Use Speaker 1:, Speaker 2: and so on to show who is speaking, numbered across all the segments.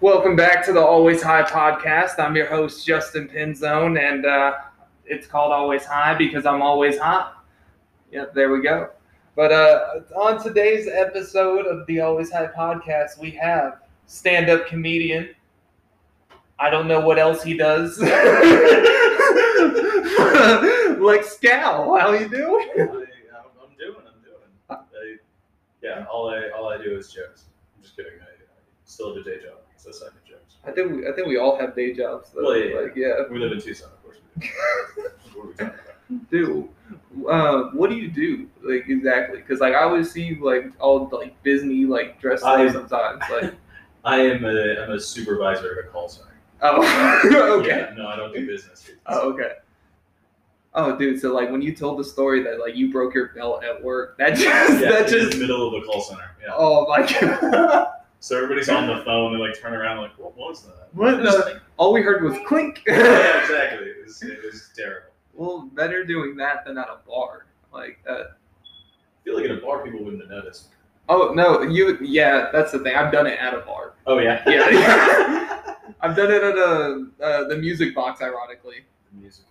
Speaker 1: Welcome back to the Always High podcast. I'm your host, Justin Pinzone, and uh, it's called Always High because I'm always high. Yep, there we go. But uh, on today's episode of the Always High podcast, we have stand up comedian. I don't know what else he does. Lex Scow, how you doing?
Speaker 2: I, I'm, I'm doing. I'm doing. I, yeah, all I all I do is jokes. I'm just kidding. I, I still have a day job, so I do jokes.
Speaker 1: I think we, I think we all have day jobs. Though.
Speaker 2: Well, yeah,
Speaker 1: like, yeah.
Speaker 2: We live in Tucson, of course. We do. what are we talking about?
Speaker 1: do uh, what do you do like exactly because like i always see you like all like disney like dressed
Speaker 2: I-
Speaker 1: up sometimes like
Speaker 2: I am a I'm a supervisor at a call center.
Speaker 1: oh okay
Speaker 2: Yeah, no, I don't do business. Here.
Speaker 1: oh okay oh dude so like when you told the story that like you broke your belt at work that just
Speaker 2: yeah,
Speaker 1: that
Speaker 2: in the
Speaker 1: just
Speaker 2: middle of a call center. Yeah.
Speaker 1: oh my god
Speaker 2: So everybody's on the phone. They like turn around. Like, what was that?
Speaker 1: What the-
Speaker 2: Just like-
Speaker 1: all we heard was clink
Speaker 2: yeah, exactly. It was, it was terrible.
Speaker 1: well better doing that than at a bar like uh, that
Speaker 2: I feel like in a bar, people wouldn't have noticed.
Speaker 1: oh no you yeah that's the thing i've done it at a bar
Speaker 2: Oh yeah.
Speaker 1: yeah i've done it at a uh, the music box ironically
Speaker 2: The music.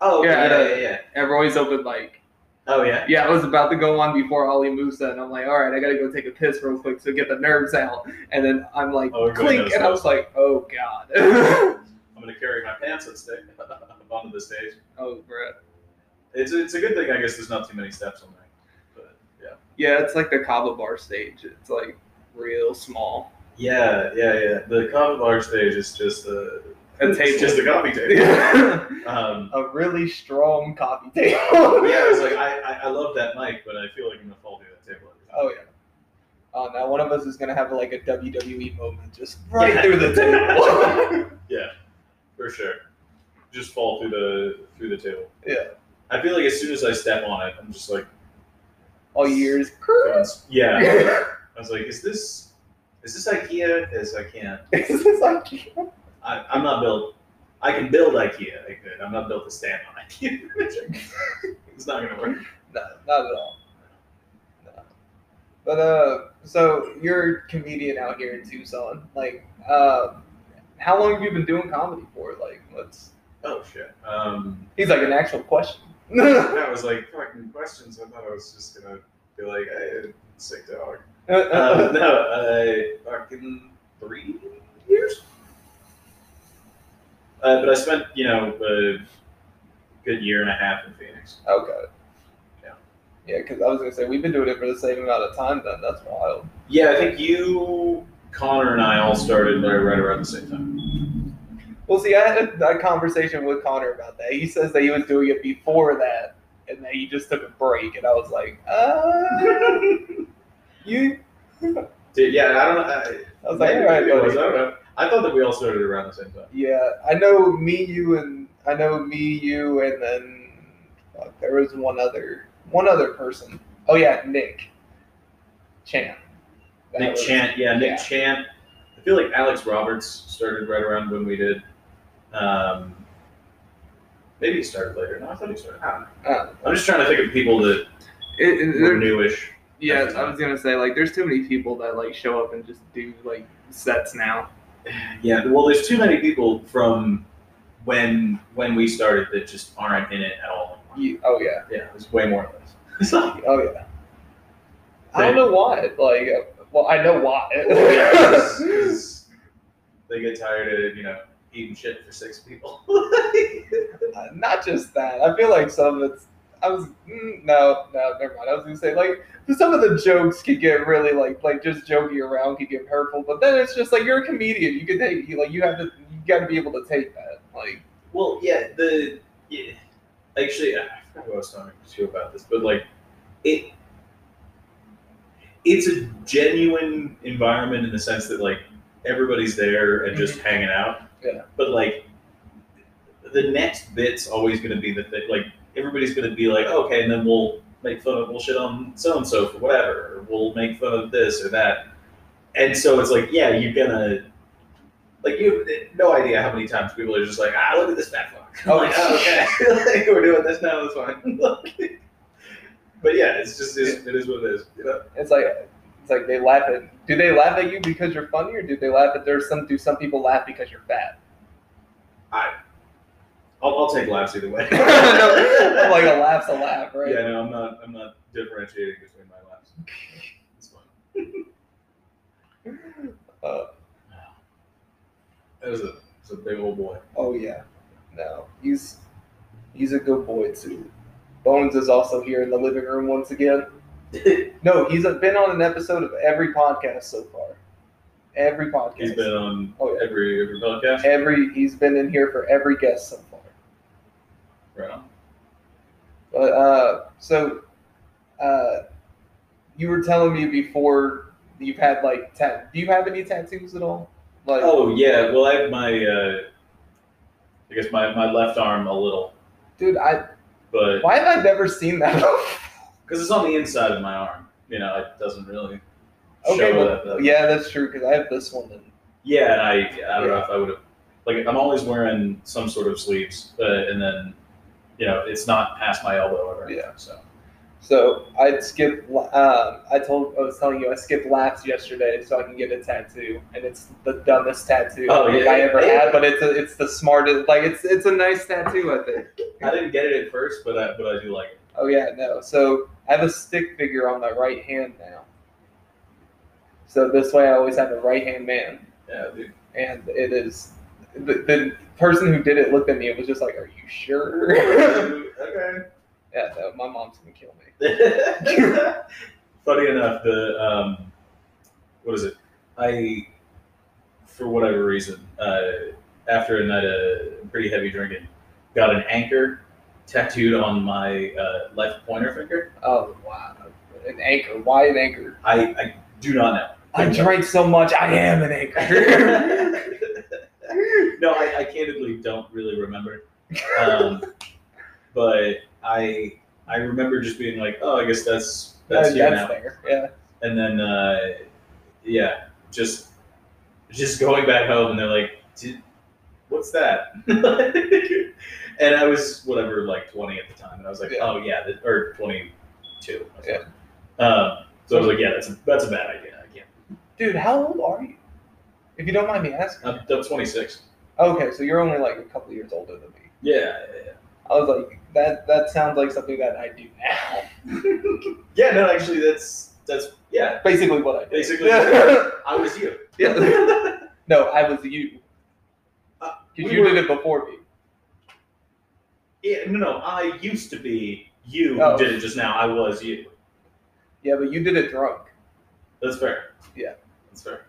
Speaker 2: Oh
Speaker 1: okay, Yeah, yeah, yeah,
Speaker 2: yeah.
Speaker 1: Everybody's open like
Speaker 2: Oh yeah.
Speaker 1: yeah, I was about to go on before Ali Musa, and I'm like, all right, I gotta go take a piss real quick, so get the nerves out. And then I'm like,
Speaker 2: Oh, everybody
Speaker 1: clink,
Speaker 2: knows
Speaker 1: and I
Speaker 2: that.
Speaker 1: was like, oh god,
Speaker 2: I'm gonna carry my pants on stick up onto the stage.
Speaker 1: oh bruh.
Speaker 2: It's it's a good thing, I guess. There's not too many steps on there. But
Speaker 1: Yeah, it's like the Kava Bar stage. It's like real small.
Speaker 2: yeah, yeah, yeah. The coffee bar stage is just a
Speaker 1: A
Speaker 2: it's just
Speaker 1: table.
Speaker 2: a coffee table.
Speaker 1: a
Speaker 2: um,
Speaker 1: really strong coffee table.
Speaker 2: yeah, it's like I, I I love that mic, but I feel like I'm gonna fall through that table. every time.
Speaker 1: Oh yeah. Oh, now one of us is gonna have like a WWE moment, just right
Speaker 2: Yeah.
Speaker 1: through the table.
Speaker 2: yeah, for sure. Just fall through the through the table.
Speaker 1: Yeah.
Speaker 2: I feel like as soon as I step on it, I'm just like,
Speaker 1: All Oh, years.
Speaker 2: someone's- yeah. I was like, is this is this IKEA? Because I can't.
Speaker 1: Is this like
Speaker 2: I, I'm not built. I can build IKEA. I could. I'm not built to stand on IKEA. it's not gonna work.
Speaker 1: No, not at all. No. But uh, so you're a comedian out here in Tucson. Like, uh, how long have you been doing comedy for? Like, what's?
Speaker 2: Oh shit. Um,
Speaker 1: He's like an actual question.
Speaker 2: I was like fucking questions. I thought I was just gonna be like, hey, sick dog. Uh,
Speaker 1: oh
Speaker 2: no, I fucking three years. Uh, but I spent, you know, a good year and a half in Phoenix.
Speaker 1: god.
Speaker 2: Yeah.
Speaker 1: Yeah, because I was gonna say we've been doing it for the same amount of time. Then that's wild.
Speaker 2: Yeah, I think you, Connor, and I all started there right around the same time.
Speaker 1: Well, see, I had a, a conversation with Connor about that. He says that he was doing it before that, and that he just took a break. And I was like, uh, you.
Speaker 2: Dude, yeah, I don't know. I,
Speaker 1: I was like, all
Speaker 2: Maybe
Speaker 1: right,
Speaker 2: it
Speaker 1: buddy.
Speaker 2: was, I don't know. I thought that we all started around the same time.
Speaker 1: Yeah, I know me, you, and I know me, you, and then fuck, there was one other one other person. Oh yeah, Nick Chan. That
Speaker 2: Nick
Speaker 1: was-
Speaker 2: Chant, yeah, Nick
Speaker 1: yeah.
Speaker 2: Chant. I feel like Alex Roberts started right around when we did. Um, maybe he started later. No, I thought he started. I don't know.
Speaker 1: Uh,
Speaker 2: I'm just trying to think of people that
Speaker 1: it, it-
Speaker 2: were
Speaker 1: there-
Speaker 2: newish.
Speaker 1: yeah, I was gonna say like, there's too many people that like show up and just do like sets now.
Speaker 2: Yeah, well, there's too many people from when when we started that just aren't in it at all.
Speaker 1: You, oh yeah,
Speaker 2: Yeah, there's way more of those. yeah,
Speaker 1: oh yeah. I don't know why. Like, uh, well, I know why.
Speaker 2: 'cause- 'cause they get tired of you know eating shit for six people.
Speaker 1: Uh, not just that. I feel like some of it's. I was mm, no, no, never mind. I was gonna say like some of the jokes could get really like like just joking around could get hurtful, but then it's just like you're a comedian. You can take you like you have to you got to be able to take that. Like
Speaker 2: Well, yeah, the yeah, actually, I forgot who I was talking to about this, but like it, it's a genuine environment in the sense that like everybody's there and just hanging out.
Speaker 1: Yeah.
Speaker 2: But like the next bit's always going to be the thing. Like everybody's going to be like, "Oh, okay, and then we'll make fun of we'll shit on so and so for whatever, or we'll make fun of this or that. And so it's like, yeah, you're gonna like you have no idea how many times people are just like, ah, look at this fat fuck. I'm
Speaker 1: Oh,
Speaker 2: like, oh, okay, like, we're doing this now. That's fine. but yeah, it's just it's, it is what it is. You know?
Speaker 1: it's like It's like they laugh at. Do they laugh at you because you're funny, or do they laugh at there's some? Do some people laugh because you're fat?
Speaker 2: I'll, I'll take laughs either way.
Speaker 1: No, I'm like a laugh's a laugh, right?
Speaker 2: Yeah, no, I'm not. I'm not differentiating between my laughs. It's fine.
Speaker 1: Uh,
Speaker 2: That was a, that was a big old boy.
Speaker 1: oh yeah, no, he's he's a good boy too. Bones is also here in the living room once again. No, he's been on an episode of every podcast so far. Every podcast.
Speaker 2: He's been on
Speaker 1: Oh, yeah.
Speaker 2: every every podcast.
Speaker 1: every he's been in here for every guest so far.
Speaker 2: Right on.
Speaker 1: But uh, so uh, you were telling me before you've had like tat. Do you have any tattoos at all? Like
Speaker 2: Oh yeah. Well, I have my. Uh, I guess my, my left arm a little,
Speaker 1: dude, I
Speaker 2: but
Speaker 1: why have I never seen that?
Speaker 2: because it's on the inside of my arm, you know, it doesn't really.
Speaker 1: okay,
Speaker 2: show
Speaker 1: but,
Speaker 2: that, that-
Speaker 1: yeah, that's true because I have this one. And,
Speaker 2: Yeah, and I, I don't know if I would have. Like, I'm always wearing some sort of sleeves, uh, and then, you know, it's not past my elbow or anything.
Speaker 1: Yeah.
Speaker 2: So,
Speaker 1: so I skipped. Um, I told I was telling you I skipped laughs yesterday so I can get a tattoo, and it's the dumbest tattoo
Speaker 2: Oh,
Speaker 1: I think
Speaker 2: yeah,
Speaker 1: I ever
Speaker 2: yeah.
Speaker 1: had. But it's a, it's the smartest. Like it's it's a nice tattoo. I think.
Speaker 2: I didn't get it at first, but I, but I do like it.
Speaker 1: Oh yeah, no. So I have a stick figure on my right hand now. So this way, I always have a right hand man,
Speaker 2: Yeah, dude.
Speaker 1: and it is the, the person who did it looked at me and was just like, "Are you sure?" yeah,
Speaker 2: okay.
Speaker 1: no, my mom's gonna kill me.
Speaker 2: Funny enough, the um, what is it? I, for whatever reason, uh, after a night of pretty heavy drinking, got an anchor tattooed on my uh, left pointer finger.
Speaker 1: Oh wow, an anchor. Why an anchor?
Speaker 2: I, I do not know.
Speaker 1: I drank so much. I am an anchor.
Speaker 2: no, I, I candidly don't really remember. Um, but I I remember just being like, oh, I guess that's that's
Speaker 1: That-
Speaker 2: you now.
Speaker 1: there. Yeah.
Speaker 2: And then uh, yeah, just just going back home, and they're like, "Did- what's that? and I was whatever, like twenty at the time, and I was like,
Speaker 1: Yeah.
Speaker 2: oh yeah, that, or twenty two.
Speaker 1: Yeah.
Speaker 2: Um, so I was like, yeah, that's a, that's a bad idea. I can't.
Speaker 1: Dude, how old are you? If you don't mind me asking.
Speaker 2: I'm, I'm twenty six.
Speaker 1: Okay, so you're only like a couple years older than me.
Speaker 2: Yeah, yeah, yeah.
Speaker 1: I was like, that that sounds like something that I do now.
Speaker 2: Yeah, no, actually, that's that's yeah.
Speaker 1: Basically, what I did.
Speaker 2: Basically, I was you.
Speaker 1: Yeah. no, I was you.
Speaker 2: Uh,
Speaker 1: Because
Speaker 2: we
Speaker 1: you
Speaker 2: were-
Speaker 1: did it before me.
Speaker 2: yeah, no, no, I used to be you.
Speaker 1: Oh.
Speaker 2: Who did it just now. I was you.
Speaker 1: Yeah, but you did it drunk.
Speaker 2: That's fair.
Speaker 1: Yeah.
Speaker 2: that's fair.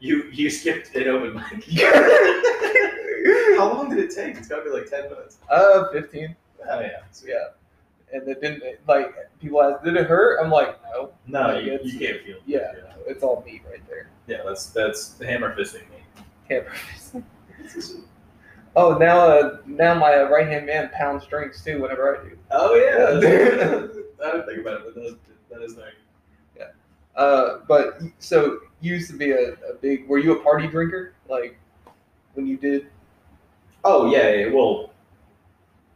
Speaker 2: You you skipped it open mic. How long did it take? It's got to be like ten minutes.
Speaker 1: uh, 15.
Speaker 2: Oh yeah. So, yeah.
Speaker 1: Yeah. And it didn't, it- like, people ask, did it hurt? I'm like, no.
Speaker 2: No,
Speaker 1: Like,
Speaker 2: you,
Speaker 1: it's-
Speaker 2: you can't feel. it.
Speaker 1: Yeah, it's all me right there.
Speaker 2: yeah, yeah. That's that's the hammer fisting me.
Speaker 1: Hammer. oh, now uh, now my right hand man pounds drinks too whenever I do.
Speaker 2: oh yeah.
Speaker 1: Yeah.
Speaker 2: I didn't think about it, but that is, that is nice.
Speaker 1: Uh, but so you used to be a, a big, were you a party drinker? Like, when you did,
Speaker 2: Oh yeah, yeah. Well,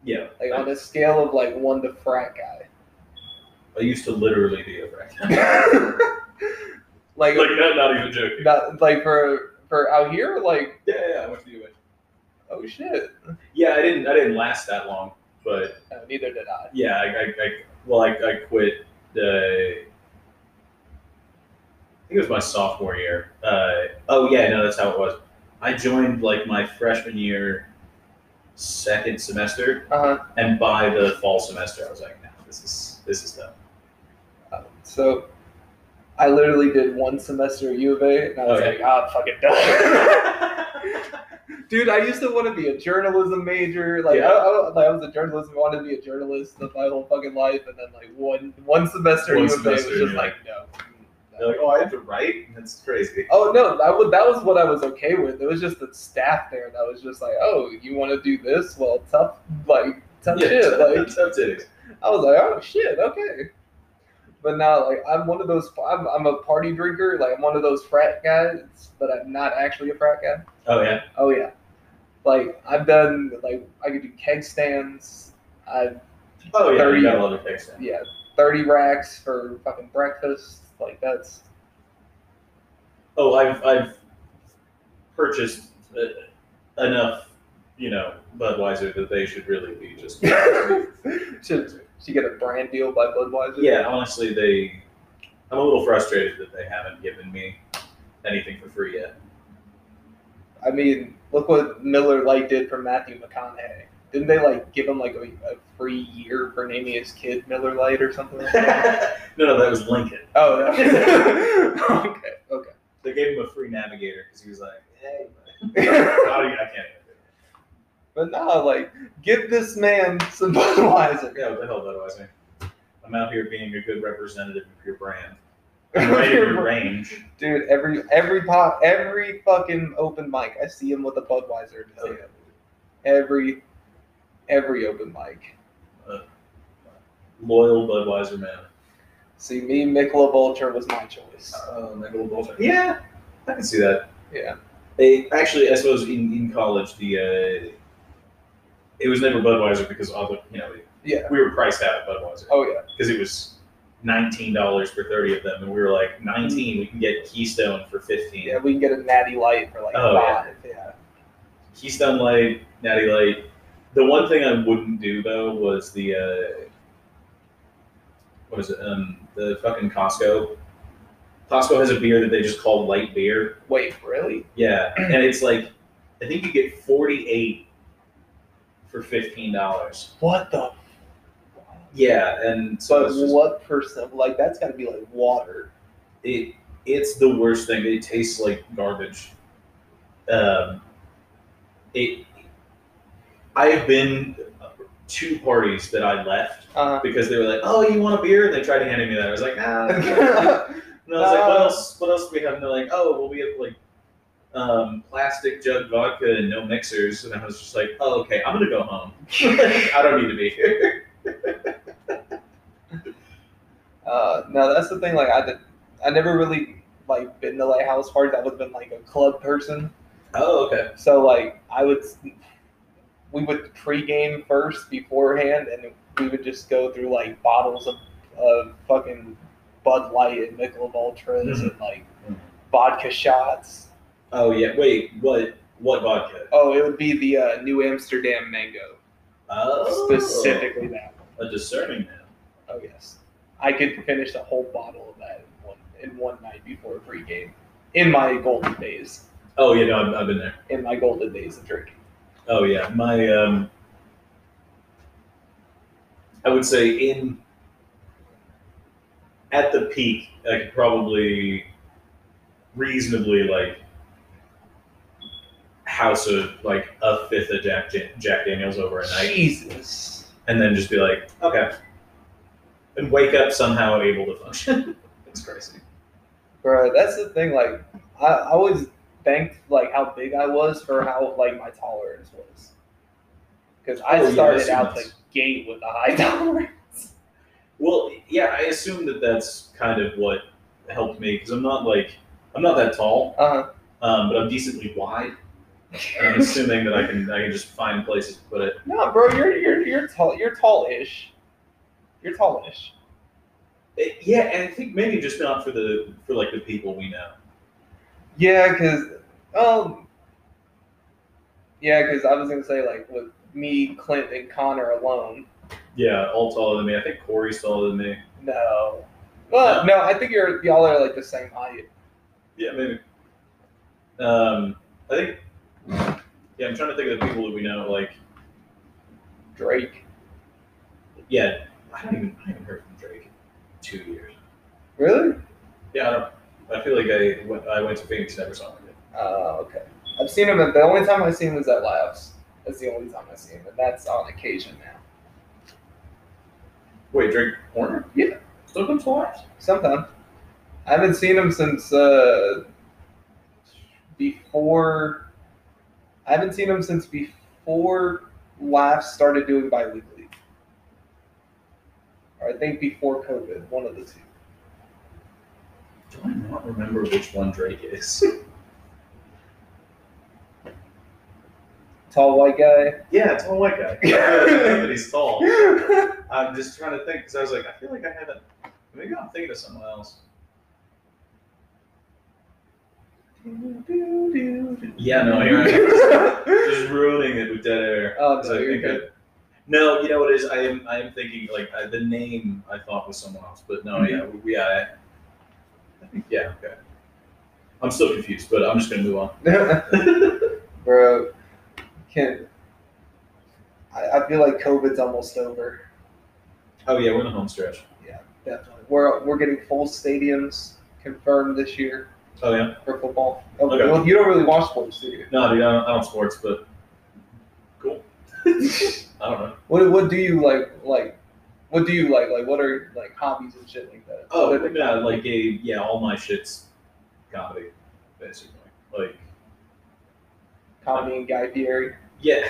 Speaker 2: yeah.
Speaker 1: like,
Speaker 2: I-
Speaker 1: on a scale of like one to frat guy?
Speaker 2: I used to literally be a wreck.
Speaker 1: like,
Speaker 2: like, not, not even joking.
Speaker 1: not like for for out here, like
Speaker 2: Yeah, yeah, I went to the UH.
Speaker 1: oh shit.
Speaker 2: Yeah, I didn't, I didn't last that long, but
Speaker 1: No, neither did I.
Speaker 2: yeah, I, I, I well, I, I quit. Uh, I think it was my sophomore year. Uh, oh yeah, no, that's how it was. I joined like my freshman year, second semester,
Speaker 1: Uh
Speaker 2: and by the fall semester, I was like, no, this is this is done.
Speaker 1: huh. So I literally did one semester at U of A, and I was
Speaker 2: Okay.
Speaker 1: like, ah, I'm fucking done. Dude, I used to want to be a journalism major. Like,
Speaker 2: Yeah.
Speaker 1: I, I, like, I was a journalism, wanted to be a journalist my whole fucking life, and then like one one semester
Speaker 2: One
Speaker 1: at U of A was
Speaker 2: semester,
Speaker 1: just
Speaker 2: yeah.
Speaker 1: like no.
Speaker 2: They're like, oh, I have to write. That's crazy.
Speaker 1: Oh no, that was that was what I was okay with. It was just the staff there that was just like, oh, you want to do this? Well, tough, like tough shit. Like
Speaker 2: tough titties.
Speaker 1: I was like, oh shit, okay. But now, like, I'm one of those. I'm, I'm a party drinker. Like, I'm one of those frat guys, but I'm not actually a frat guy.
Speaker 2: Oh yeah.
Speaker 1: Oh yeah, like I've done like I could do keg stands. I've
Speaker 2: Oh yeah,
Speaker 1: Thirty.
Speaker 2: you got a lot of picks.
Speaker 1: yeah, thirty racks for fucking breakfast. Like that's
Speaker 2: oh, I've I've purchased uh, enough, you know, Budweiser that they should really be just.
Speaker 1: should she get a brand deal by Budweiser?
Speaker 2: yeah, honestly, they. I'm a little frustrated that they haven't given me anything for free yet.
Speaker 1: I mean, look what Miller Lite did for Matthew McConaughey. Didn't they like give him like a, a free year for naming his kid Miller Lite or something? Like that?
Speaker 2: no, no, that was Lincoln.
Speaker 1: oh, that- Oh, okay, okay.
Speaker 2: They gave him a free navigator because he was like, hey, Oh, I can't. even
Speaker 1: But no, like give this man some Budweiser.
Speaker 2: do it. Yeah, what the hell, Budweiser? I'm out here being a good representative of your brand. I'm ready to range.
Speaker 1: Dude, every every pot, every fucking open mic, I see him with a Budweiser.
Speaker 2: Oh,
Speaker 1: in his hand. Every every open mic.
Speaker 2: Loyal Budweiser man.
Speaker 1: See, me Michelob Ultra was my choice.
Speaker 2: Oh, Michelob Ultra. Yeah, I can see that.
Speaker 1: Yeah.
Speaker 2: They actually, I suppose, in, in college, the uh, it was never Budweiser because all the you know
Speaker 1: Yeah.
Speaker 2: we were priced out at Budweiser
Speaker 1: Oh yeah.
Speaker 2: because it was nineteen dollars for thirty of them, and we were like nineteen, we can get Keystone for fifteen.
Speaker 1: Yeah, we can get a natty light for like
Speaker 2: Oh, yeah.
Speaker 1: five. Yeah.
Speaker 2: Keystone Light, Natty Light. The one thing I wouldn't do though was the uh, what is it? Um, the fucking Costco. Costco has a beer that they just call light beer.
Speaker 1: Wait, really?
Speaker 2: Yeah, and it's like I think you get forty eight for fifteen dollars.
Speaker 1: What the?
Speaker 2: Yeah, and so
Speaker 1: But
Speaker 2: it's, just,
Speaker 1: what percent? Like that's got to be like water.
Speaker 2: it it's the worst thing. It tastes like garbage. Um, it. I have been two parties that I left
Speaker 1: Uh
Speaker 2: because they were like, "Oh, you want a beer?" And they tried to hand me that. I was like, "Ah, "Nah." Uh-huh.
Speaker 1: huh.
Speaker 2: And I was like, what
Speaker 1: Uh,
Speaker 2: else? What else do we have? And they're like, oh, well, we have like um, plastic jug vodka and no mixers. And I was just like, oh, okay, I'm gonna go home. I don't need to be here.
Speaker 1: Uh, no, that's the thing. Like, I did, I never really like been to like house parties. I would have been like a club person.
Speaker 2: Oh, okay.
Speaker 1: So like, I would, we would pregame first beforehand, and we would just go through like bottles of, of fucking Bud Light and Michelob Ultras and like
Speaker 2: Mhm.
Speaker 1: vodka shots.
Speaker 2: Oh yeah. Wait, what? What vodka?
Speaker 1: Oh, it would be the uh, New Amsterdam mango
Speaker 2: Oh,
Speaker 1: specifically that one.
Speaker 2: A discerning man.
Speaker 1: Oh yes, I could finish a whole bottle of that in one in one night before a pregame. In my golden days.
Speaker 2: Oh yeah, no, I've, I've been there.
Speaker 1: in my golden days of drinking.
Speaker 2: Oh yeah, my um, I would say in at the peak, I could probably reasonably like house a like a fifth of Jack Jan- Jack Daniels over a night,
Speaker 1: Jesus.
Speaker 2: and then just be like, okay, and wake up somehow able to function. it's crazy.
Speaker 1: Bro, that's the thing, like I, I always thanked like how big I was for how like my tolerance was. Because I
Speaker 2: Oh, yeah,
Speaker 1: started
Speaker 2: that's
Speaker 1: out the
Speaker 2: nuts.
Speaker 1: gate with a high tolerance.
Speaker 2: Well, yeah, I assume that that's kind of what helped me because I'm not like I'm not that tall.
Speaker 1: Uh-huh.
Speaker 2: um, but I'm decently wide. And I'm assuming that I can I can just find places to put it.
Speaker 1: No, bro, you're you're you're tall you're tallish. You're tallish.
Speaker 2: It- Uh, Yeah, and I think maybe just not for the for like the people we know.
Speaker 1: Yeah, cause um Yeah, because I was gonna say like with me, Clint, and Connor alone,
Speaker 2: Yeah, all taller than me. I think Corey's taller than me.
Speaker 1: no. Well, no, I think you're y'all are like the same height.
Speaker 2: Yeah, maybe. Um, I think. Yeah, I'm trying to think of the people that we know. Like,
Speaker 1: Drake.
Speaker 2: yeah, I haven't even I haven't heard from Drake in two years.
Speaker 1: Really?
Speaker 2: Yeah, I don't. I feel like I went, I went to Phoenix, never saw him again.
Speaker 1: Oh, okay. I've seen him. At, the only time I've seen him was at Labs. That's the only time I've seen him, and that's on occasion now.
Speaker 2: Wait, Drake Horner?
Speaker 1: Yeah.
Speaker 2: Still comes to life.
Speaker 1: Sometimes I haven't seen him since uh, before. I haven't seen him since before Laughs started doing biweekly, or I think before COVID, one of the two.
Speaker 2: Do I not remember which one Drake is?
Speaker 1: Tall white guy.
Speaker 2: Yeah, tall white guy. I know that he's tall.
Speaker 1: I
Speaker 2: I'm just trying to think because I was like, I feel like I haven't. Maybe I'm thinking of someone else. Yeah, no, you're right. Just ruining it with dead air.
Speaker 1: Oh,
Speaker 2: So
Speaker 1: no,
Speaker 2: I
Speaker 1: you're
Speaker 2: think I-
Speaker 1: good.
Speaker 2: no, you know what it is? I am I am thinking like I, the name I thought was someone else, but no,
Speaker 1: Mhm.
Speaker 2: yeah, we- yeah, I, I think yeah, okay. I'm still confused, but I'm just gonna move on.
Speaker 1: Bro, can I, I feel like COVID's almost over.
Speaker 2: Oh yeah, we're in the home stretch.
Speaker 1: Definitely. We're, we're getting full stadiums confirmed this year
Speaker 2: Oh yeah,
Speaker 1: for football. Oh,
Speaker 2: Okay.
Speaker 1: Well, you don't really watch sports, do you?
Speaker 2: no, dude, I don't, I don't sports, but cool. I don't know.
Speaker 1: What, what do you like, like, what do you like? Like, what are like hobbies and shit like that?
Speaker 2: Oh,
Speaker 1: What are
Speaker 2: but yeah, like a yeah, all my shit's comedy, basically. Like
Speaker 1: they- comedy and Guy Fieri.
Speaker 2: yeah,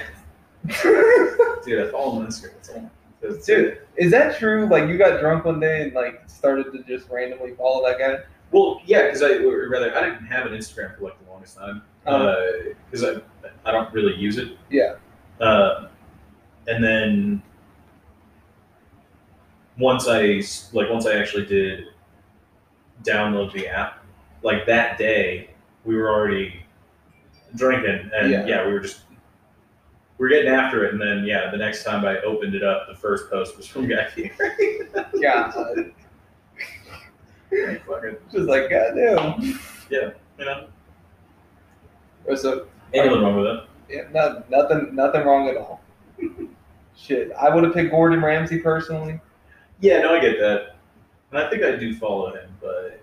Speaker 2: dude, I follow him on Instagram. That's all. That's it.
Speaker 1: Dude, is that true? Like, you got drunk one day and like started to just randomly follow that guy?
Speaker 2: Well, yeah, because I or rather I didn't have an Instagram for like the longest time
Speaker 1: Oh,
Speaker 2: because Uh, I I don't really use it.
Speaker 1: Yeah.
Speaker 2: Uh, and then once I s- like once I actually did download the app, like that day we were already drinking and
Speaker 1: Yeah.
Speaker 2: yeah, we were just we were getting after it and then yeah the next time I opened it up the first post was from Guy Fieri.
Speaker 1: God.
Speaker 2: Like, fucking,
Speaker 1: Just like, goddamn.
Speaker 2: you know,
Speaker 1: Or so,
Speaker 2: ain't nothing wrong with it.
Speaker 1: yeah, no, nothing, nothing wrong at all. Shit, I would have picked Gordon Ramsay personally.
Speaker 2: Yeah, no, I get that, and I think I do follow him, but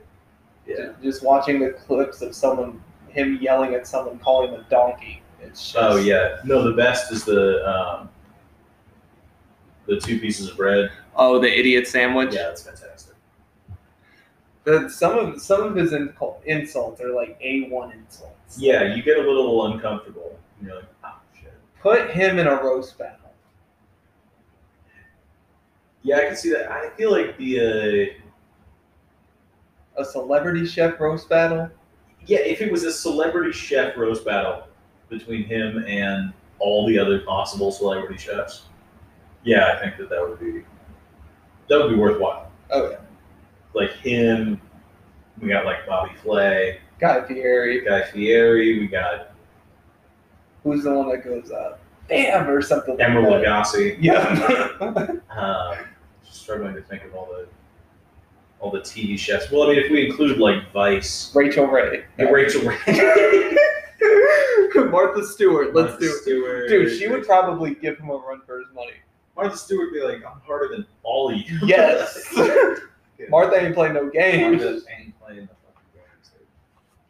Speaker 2: yeah.
Speaker 1: Ju- Just watching the clips of someone, him yelling at someone, calling him a donkey. It's just,
Speaker 2: Oh yeah, no, the best is the um, the two pieces of bread.
Speaker 1: Oh, the idiot sandwich.
Speaker 2: Yeah, that's fantastic.
Speaker 1: The, some of some of his incul- insults are like a one insults.
Speaker 2: Yeah, you get a little uncomfortable, and you're like, oh shit.
Speaker 1: Put him in a roast battle.
Speaker 2: Yeah, I can see that. I feel like the uh,
Speaker 1: A celebrity chef roast battle.
Speaker 2: yeah, if it was a celebrity chef roast battle between him and all the other possible celebrity chefs, yeah, I think that that would be that would be worthwhile.
Speaker 1: Oh yeah,
Speaker 2: like him. We got like Bobby Flay,
Speaker 1: Guy Fieri.
Speaker 2: Guy Fieri. We got
Speaker 1: Who's the one that goes up? Bam or something. like
Speaker 2: Emeril
Speaker 1: that.
Speaker 2: Lagasse.
Speaker 1: Yeah.
Speaker 2: Um, just struggling to think of all the all the TV chefs. Well, I mean, if we include like Vice,
Speaker 1: Rachel Ray.
Speaker 2: and Rachel
Speaker 1: Martha Stewart. Let's
Speaker 2: Martha
Speaker 1: do it.
Speaker 2: Stewart.
Speaker 1: Dude, she would probably give him a run for his money.
Speaker 2: Martha Stewart would be like, I'm harder than all of you.
Speaker 1: Yes. Martha ain't playing no games.
Speaker 2: Martha ain't playing the fucking games.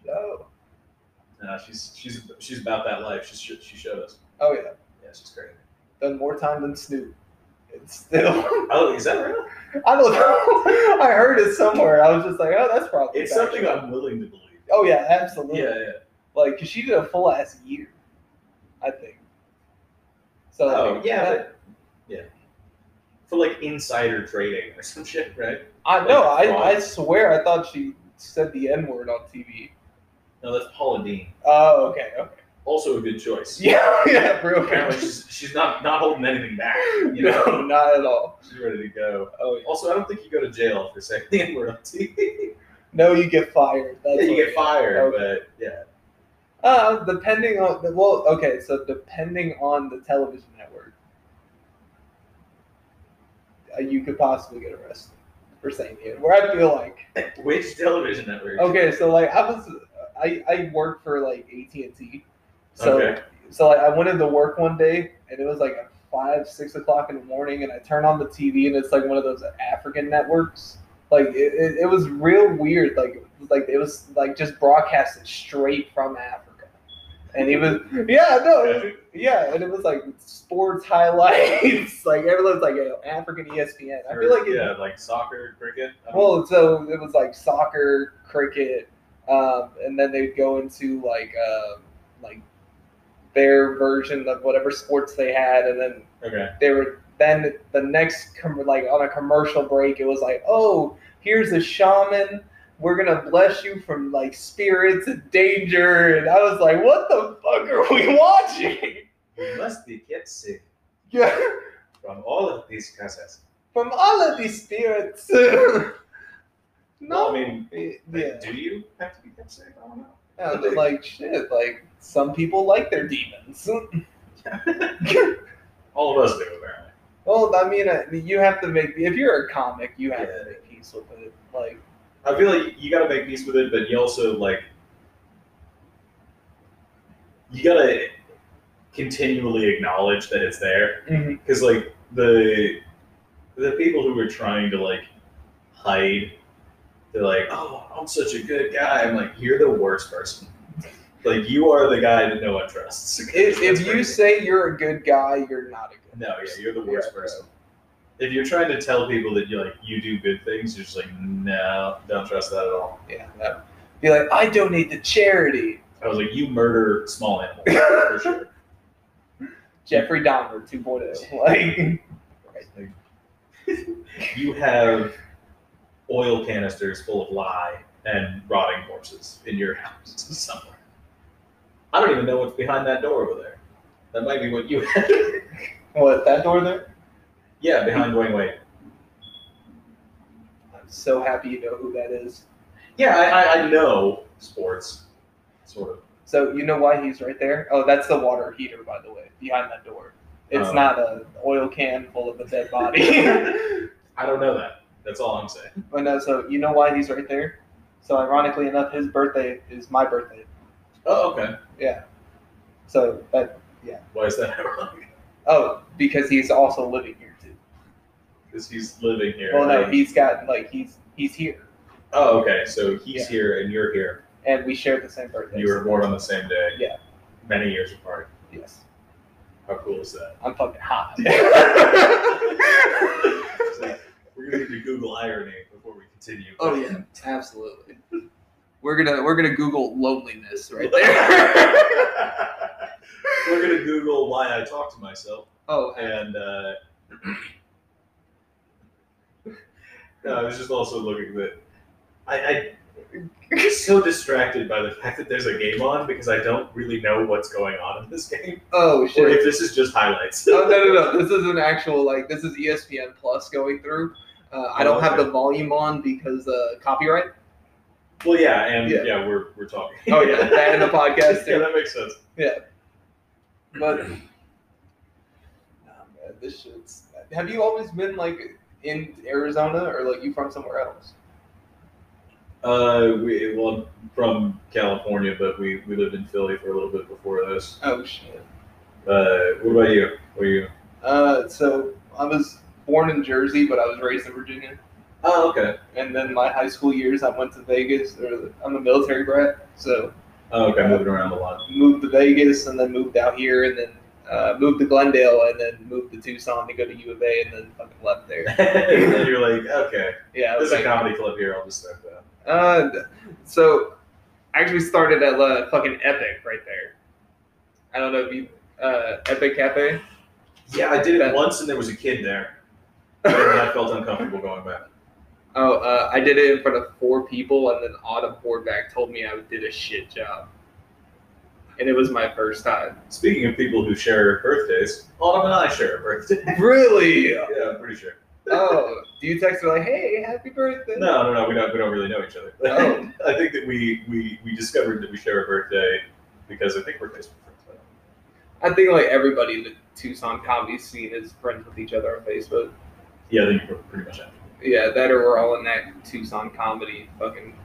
Speaker 2: dude.
Speaker 1: No.
Speaker 2: No, she's she's she's about that life. She sh- she showed us.
Speaker 1: Oh yeah.
Speaker 2: Yeah, she's crazy.
Speaker 1: Done more time than Snoop. It's still
Speaker 2: Oh, is that real?
Speaker 1: I don't know. I heard it somewhere. I was just like, oh that's probably
Speaker 2: It's
Speaker 1: factual.
Speaker 2: something I'm willing to believe.
Speaker 1: Oh yeah, absolutely.
Speaker 2: Yeah, yeah.
Speaker 1: Like 'cause she did a full ass year, I think. So
Speaker 2: Oh
Speaker 1: like,
Speaker 2: yeah,
Speaker 1: that-
Speaker 2: but, yeah. For like insider trading or some shit, right?
Speaker 1: I know.
Speaker 2: like,
Speaker 1: I, I
Speaker 2: fraud.
Speaker 1: swear I thought she said the N word on TV.
Speaker 2: No, that's Paula Dean.
Speaker 1: Oh okay okay.
Speaker 2: Also a good choice.
Speaker 1: Yeah, yeah, real
Speaker 2: Apparently she's, she's not not holding anything back. You know,
Speaker 1: No, not at all.
Speaker 2: she's ready to go.
Speaker 1: Oh, yeah.
Speaker 2: Also, I don't think you go to jail for saying the word on TV.
Speaker 1: No, you get fired. That's
Speaker 2: yeah, you
Speaker 1: what
Speaker 2: get
Speaker 1: it
Speaker 2: fired,
Speaker 1: Okay.
Speaker 2: but yeah.
Speaker 1: is. Uh, depending on the well, okay, so depending on the television network, uh, you could possibly get arrested for saying it. Where I feel like,
Speaker 2: Which television network?
Speaker 1: okay, so like I was, I I worked for like AT and T, so
Speaker 2: Okay.
Speaker 1: so like I went into work one day and it was like at five six o'clock in the morning and I turn on the TV and it's like one of those African networks. Like it, it, it was real weird. Like like it was like just broadcasted straight from Africa, and it was yeah no it-
Speaker 2: Okay.
Speaker 1: yeah and it was like sports highlights. like everyone's like you know, African E ESPN. I feel like it,
Speaker 2: yeah, like soccer, cricket. I don't-
Speaker 1: well, so it was like soccer, cricket, um, and then they'd go into like um like their version of whatever sports they had, and then
Speaker 2: okay.
Speaker 1: they were then the next com- like on a commercial break, it was like, oh, here's a shaman. We're gonna bless you from like spirits and danger, and I was like, "What the fuck are we watching?"
Speaker 2: You must be kept safe
Speaker 1: Yeah,
Speaker 2: from all of these casas.
Speaker 1: from all of these spirits. no,
Speaker 2: Well, I mean,
Speaker 1: yeah.
Speaker 2: do you have to be kept safe? I don't know.
Speaker 1: Yeah, but like shit, like some people like their demons.
Speaker 2: All of us do, apparently.
Speaker 1: well, I mean, uh, you have to make if you're a comic, you have to make peace with it. Like,
Speaker 2: I feel like you gotta make peace with it, but you also like you gotta continually acknowledge that it's there.
Speaker 1: Mhm.
Speaker 2: Because like the the people who are trying to like hide, they're like, Oh, I'm such a good guy. I'm like, you're the worst person. Like you are the guy that no one trusts.
Speaker 1: if,
Speaker 2: That's
Speaker 1: if you
Speaker 2: crazy.
Speaker 1: say you're a good guy, you're not a good.
Speaker 2: No, yeah, you're the worst
Speaker 1: Yeah.
Speaker 2: person. If you're trying to tell people that you like you do good things, you're just like, no, don't trust that at all.
Speaker 1: Yeah, that- be like, I donate to charity.
Speaker 2: I was like, you murder small animals for sure.
Speaker 1: Jeffrey Dahmer 2.0. Like,
Speaker 2: you have oil canisters full of lye and rotting corpses in your house somewhere. I don't even know what's behind that door over there. That might be what you had.
Speaker 1: what that door there?
Speaker 2: yeah, behind Dwayne Wade.
Speaker 1: I'm so happy you know who that is.
Speaker 2: Yeah, I, I, I know sports, sort of.
Speaker 1: So you know why he's right there? Oh, that's the water heater, by the way, behind that door. It's
Speaker 2: Oh.
Speaker 1: not a oil can full of a dead body.
Speaker 2: I don't know that. That's all I'm saying.
Speaker 1: but no, so you know why he's right there? So ironically enough, his birthday is my birthday.
Speaker 2: Oh, okay.
Speaker 1: So that
Speaker 2: Why is that ironic?
Speaker 1: oh, because he's also living here too.
Speaker 2: Because he's living here.
Speaker 1: Well, no,
Speaker 2: right?
Speaker 1: he's got like he's he's here,
Speaker 2: oh, okay. So he's
Speaker 1: Yeah.
Speaker 2: here and you're here.
Speaker 1: and we share the same birthday.
Speaker 2: You were born on the same day.
Speaker 1: Yeah.
Speaker 2: Many years apart.
Speaker 1: Yes,
Speaker 2: How cool is that?
Speaker 1: I'm fucking hot.
Speaker 2: It's like, we're gonna need to Google irony before we continue.
Speaker 1: oh yeah, absolutely. We're gonna we're gonna Google loneliness right there.
Speaker 2: there. we're gonna Google why I talk to myself
Speaker 1: oh,
Speaker 2: and. Uh, no, I was just also looking that I, I'm so distracted by the fact that there's a game on because I don't really know what's going on in this game,
Speaker 1: oh
Speaker 2: or
Speaker 1: shit.
Speaker 2: if this is just highlights.
Speaker 1: oh no no no! This is an actual like this is E ESPN Plus going through. Uh, I
Speaker 2: Oh,
Speaker 1: don't have the volume on because uh, copyright.
Speaker 2: Well, yeah, and
Speaker 1: Yeah.
Speaker 2: yeah, we're we're talking.
Speaker 1: Oh yeah, that in the podcast.
Speaker 2: yeah,
Speaker 1: Too.
Speaker 2: that makes sense.
Speaker 1: But nah, man, this shit's. Have you always been like in Arizona or like you from somewhere else?
Speaker 2: Uh, we well, I'm from California, but we we lived in Philly for a little bit before this.
Speaker 1: Oh shit!
Speaker 2: Uh, what about you? Were you?
Speaker 1: Uh, so I was born in Jersey, but I was raised in Virginia.
Speaker 2: Oh, okay.
Speaker 1: And then my high school years, I went to Vegas. Or I'm a military brat, so
Speaker 2: Oh, okay. Moving around a lot.
Speaker 1: moved to Vegas and then moved out here and then uh, moved to Glendale and then moved to Tucson to go to U of A and then fucking left there.
Speaker 2: and then you're like, okay,
Speaker 1: Yeah, I was
Speaker 2: there's a
Speaker 1: like,
Speaker 2: comedy club here. I'll just start that.
Speaker 1: uh, th- so I actually started at uh, fucking Epic right there. I don't know if you uh, Epic Cafe.
Speaker 2: Yeah, I did it
Speaker 1: That-
Speaker 2: once, and there was a kid there, and then I felt uncomfortable going back.
Speaker 1: Oh, uh, I did it in front of four people, and then Autumn Fordback told me I did a shit job, and it was my first time.
Speaker 2: Speaking of people who share birthdays, Autumn and I share a birthday.
Speaker 1: Really?
Speaker 2: yeah, I'm pretty sure.
Speaker 1: Oh, do you text her like, "Hey, happy birthday"?
Speaker 2: No, no, no. We don't. We don't really know each other.
Speaker 1: Oh.
Speaker 2: I think that we, we we discovered that we share a birthday because I think we're Facebook friends. but-
Speaker 1: I think like everybody in the Tucson comedy scene is friends with each other on Facebook.
Speaker 2: Yeah, I think we're pretty much after.
Speaker 1: Yeah, that or we're all in that Tucson comedy fucking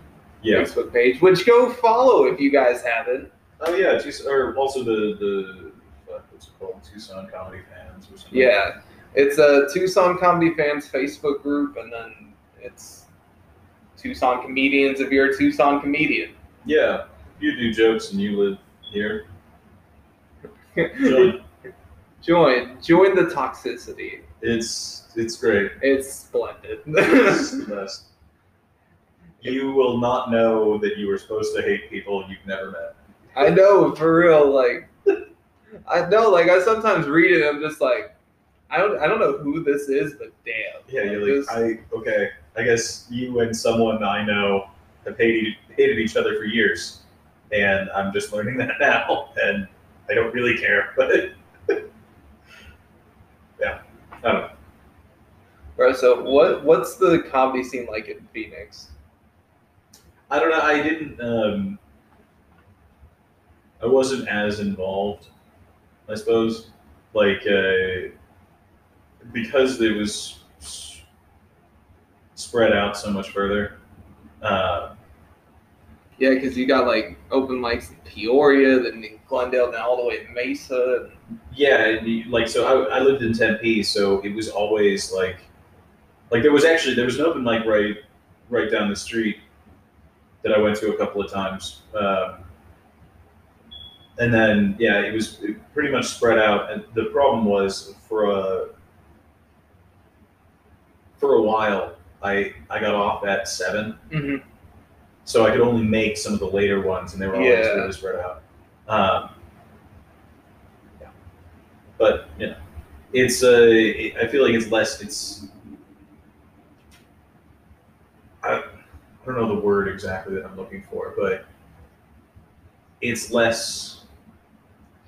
Speaker 2: Yeah.
Speaker 1: Facebook page, which go follow if you guys haven't.
Speaker 2: Oh yeah. Tucson, or also the the fuck, what's it called? Tucson Comedy Fans or something.
Speaker 1: Yeah, it's a Tucson comedy fans Facebook group, and then it's Tucson comedians if you're a Tucson comedian.
Speaker 2: Yeah. You do jokes and you live here. Join.
Speaker 1: join, join the toxicity.
Speaker 2: it's it's great.
Speaker 1: It's splendid.
Speaker 2: It's the best. You will not know that you were supposed to hate people you've never met.
Speaker 1: I know for real. Like, I know. Like, I sometimes read it. and I'm just like, I don't. I don't know who this is, but damn.
Speaker 2: Yeah, you're like,
Speaker 1: this-
Speaker 2: I okay. I guess you and someone I know have hated hated each other for years, and I'm just learning that now, and I don't really care. But yeah, I don't know.
Speaker 1: bro. So what? What's the comedy scene like in Phoenix?
Speaker 2: I don't know. I didn't. Um, I wasn't as involved, I suppose. Like uh, because it was s- spread out so much further. Uh,
Speaker 1: Yeah, because you got like open mics in Peoria, then in Glendale, then all the way to Mesa.
Speaker 2: yeah, and you- like so I, I lived in Tempe, so it was always like like there was actually there was an open mic right right down the street that I went to a couple of times. Um, and then yeah, it was pretty much spread out. And the problem was for a for a while, I I got off at seven,
Speaker 1: hmm
Speaker 2: so I could only make some of the later ones, and they were always
Speaker 1: Yeah.
Speaker 2: really spread out. Um, yeah. But you know, it's uh, it- I feel like it's less. It's I, I don't know the word exactly that I'm looking for, but it's less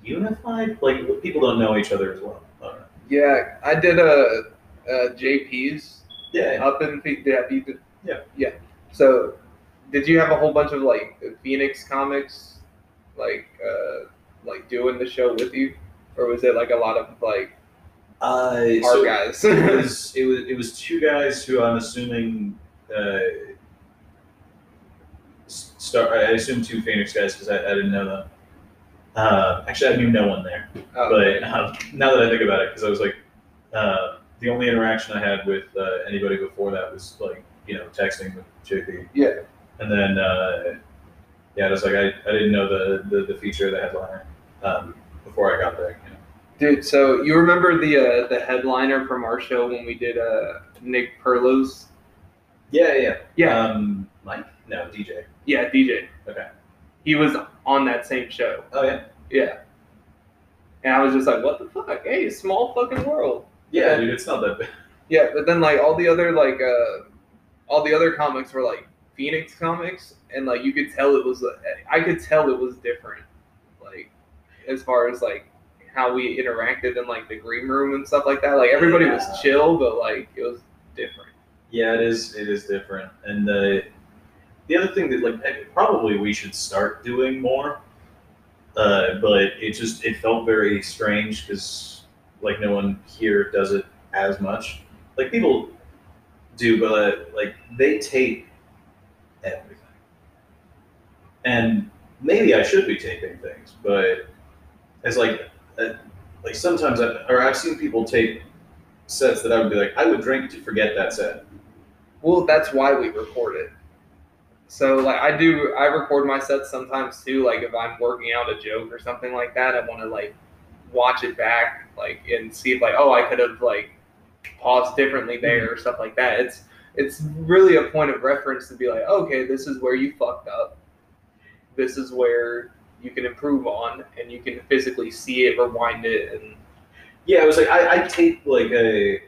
Speaker 2: unified. Like people don't know each other as well. I don't know.
Speaker 1: Yeah, I did uh, a, a JP's
Speaker 2: Yeah,
Speaker 1: up in Phoenix. Yeah, you did-
Speaker 2: Yeah.
Speaker 1: yeah. So, did you have a whole bunch of like Phoenix comics, like uh, like doing the show with you, or was it like a lot of like
Speaker 2: uh,
Speaker 1: our
Speaker 2: so-
Speaker 1: guys? Um,
Speaker 2: it was it was it was two guys who I'm assuming uh, s- star. I assume two Phoenix guys because I, I didn't know them. Uh, actually, I knew no one there.
Speaker 1: Oh,
Speaker 2: But um, now that I think about it, because I was like, uh, the only interaction I had with uh, anybody before that was like you know texting with JP.
Speaker 1: Yeah.
Speaker 2: And then uh, yeah, it was like I, I didn't know the the, the feature of the headliner um, before I got there. You know.
Speaker 1: Dude, so you remember the uh, the headliner from our show when we did uh, Nick Perlow's?
Speaker 2: Yeah, yeah.
Speaker 1: Yeah,
Speaker 2: Um, Mike? No, DJ.
Speaker 1: yeah, DJ.
Speaker 2: Okay.
Speaker 1: He was on that same show.
Speaker 2: Oh yeah.
Speaker 1: Yeah. And I was just like, what the fuck? Hey, small fucking world.
Speaker 2: Yeah,
Speaker 1: Yeah.
Speaker 2: dude, it's not that bad.
Speaker 1: Yeah, but then like all the other like uh, all the other comics were like Phoenix comics, and like you could tell it was uh, I could tell it was different, like as far as like how we interacted in like the green room and stuff like that. Like everybody
Speaker 2: Yeah.
Speaker 1: was chill, but like it was different.
Speaker 2: Yeah, it is. It is different. And the the other thing that like eh, probably we should start doing more, uh, but it just it felt very strange because like no one here does it as much. Like people do, but uh, like they tape everything, and maybe I should be taping things, but it's like uh, like sometimes I or I've seen people tape sets that I would be like I would drink to forget that set.
Speaker 1: Well, that's why we record it. So like I do, I record my sets sometimes too. Like if I'm working out a joke or something like that, I want to like watch it back, like and see if like oh I could have like paused differently there or stuff like that. It's it's really a point of reference to be like okay, this is where you fucked up. This is where you can improve on, and you can physically see it, rewind it, and
Speaker 2: Yeah, it was like I, I tape like a,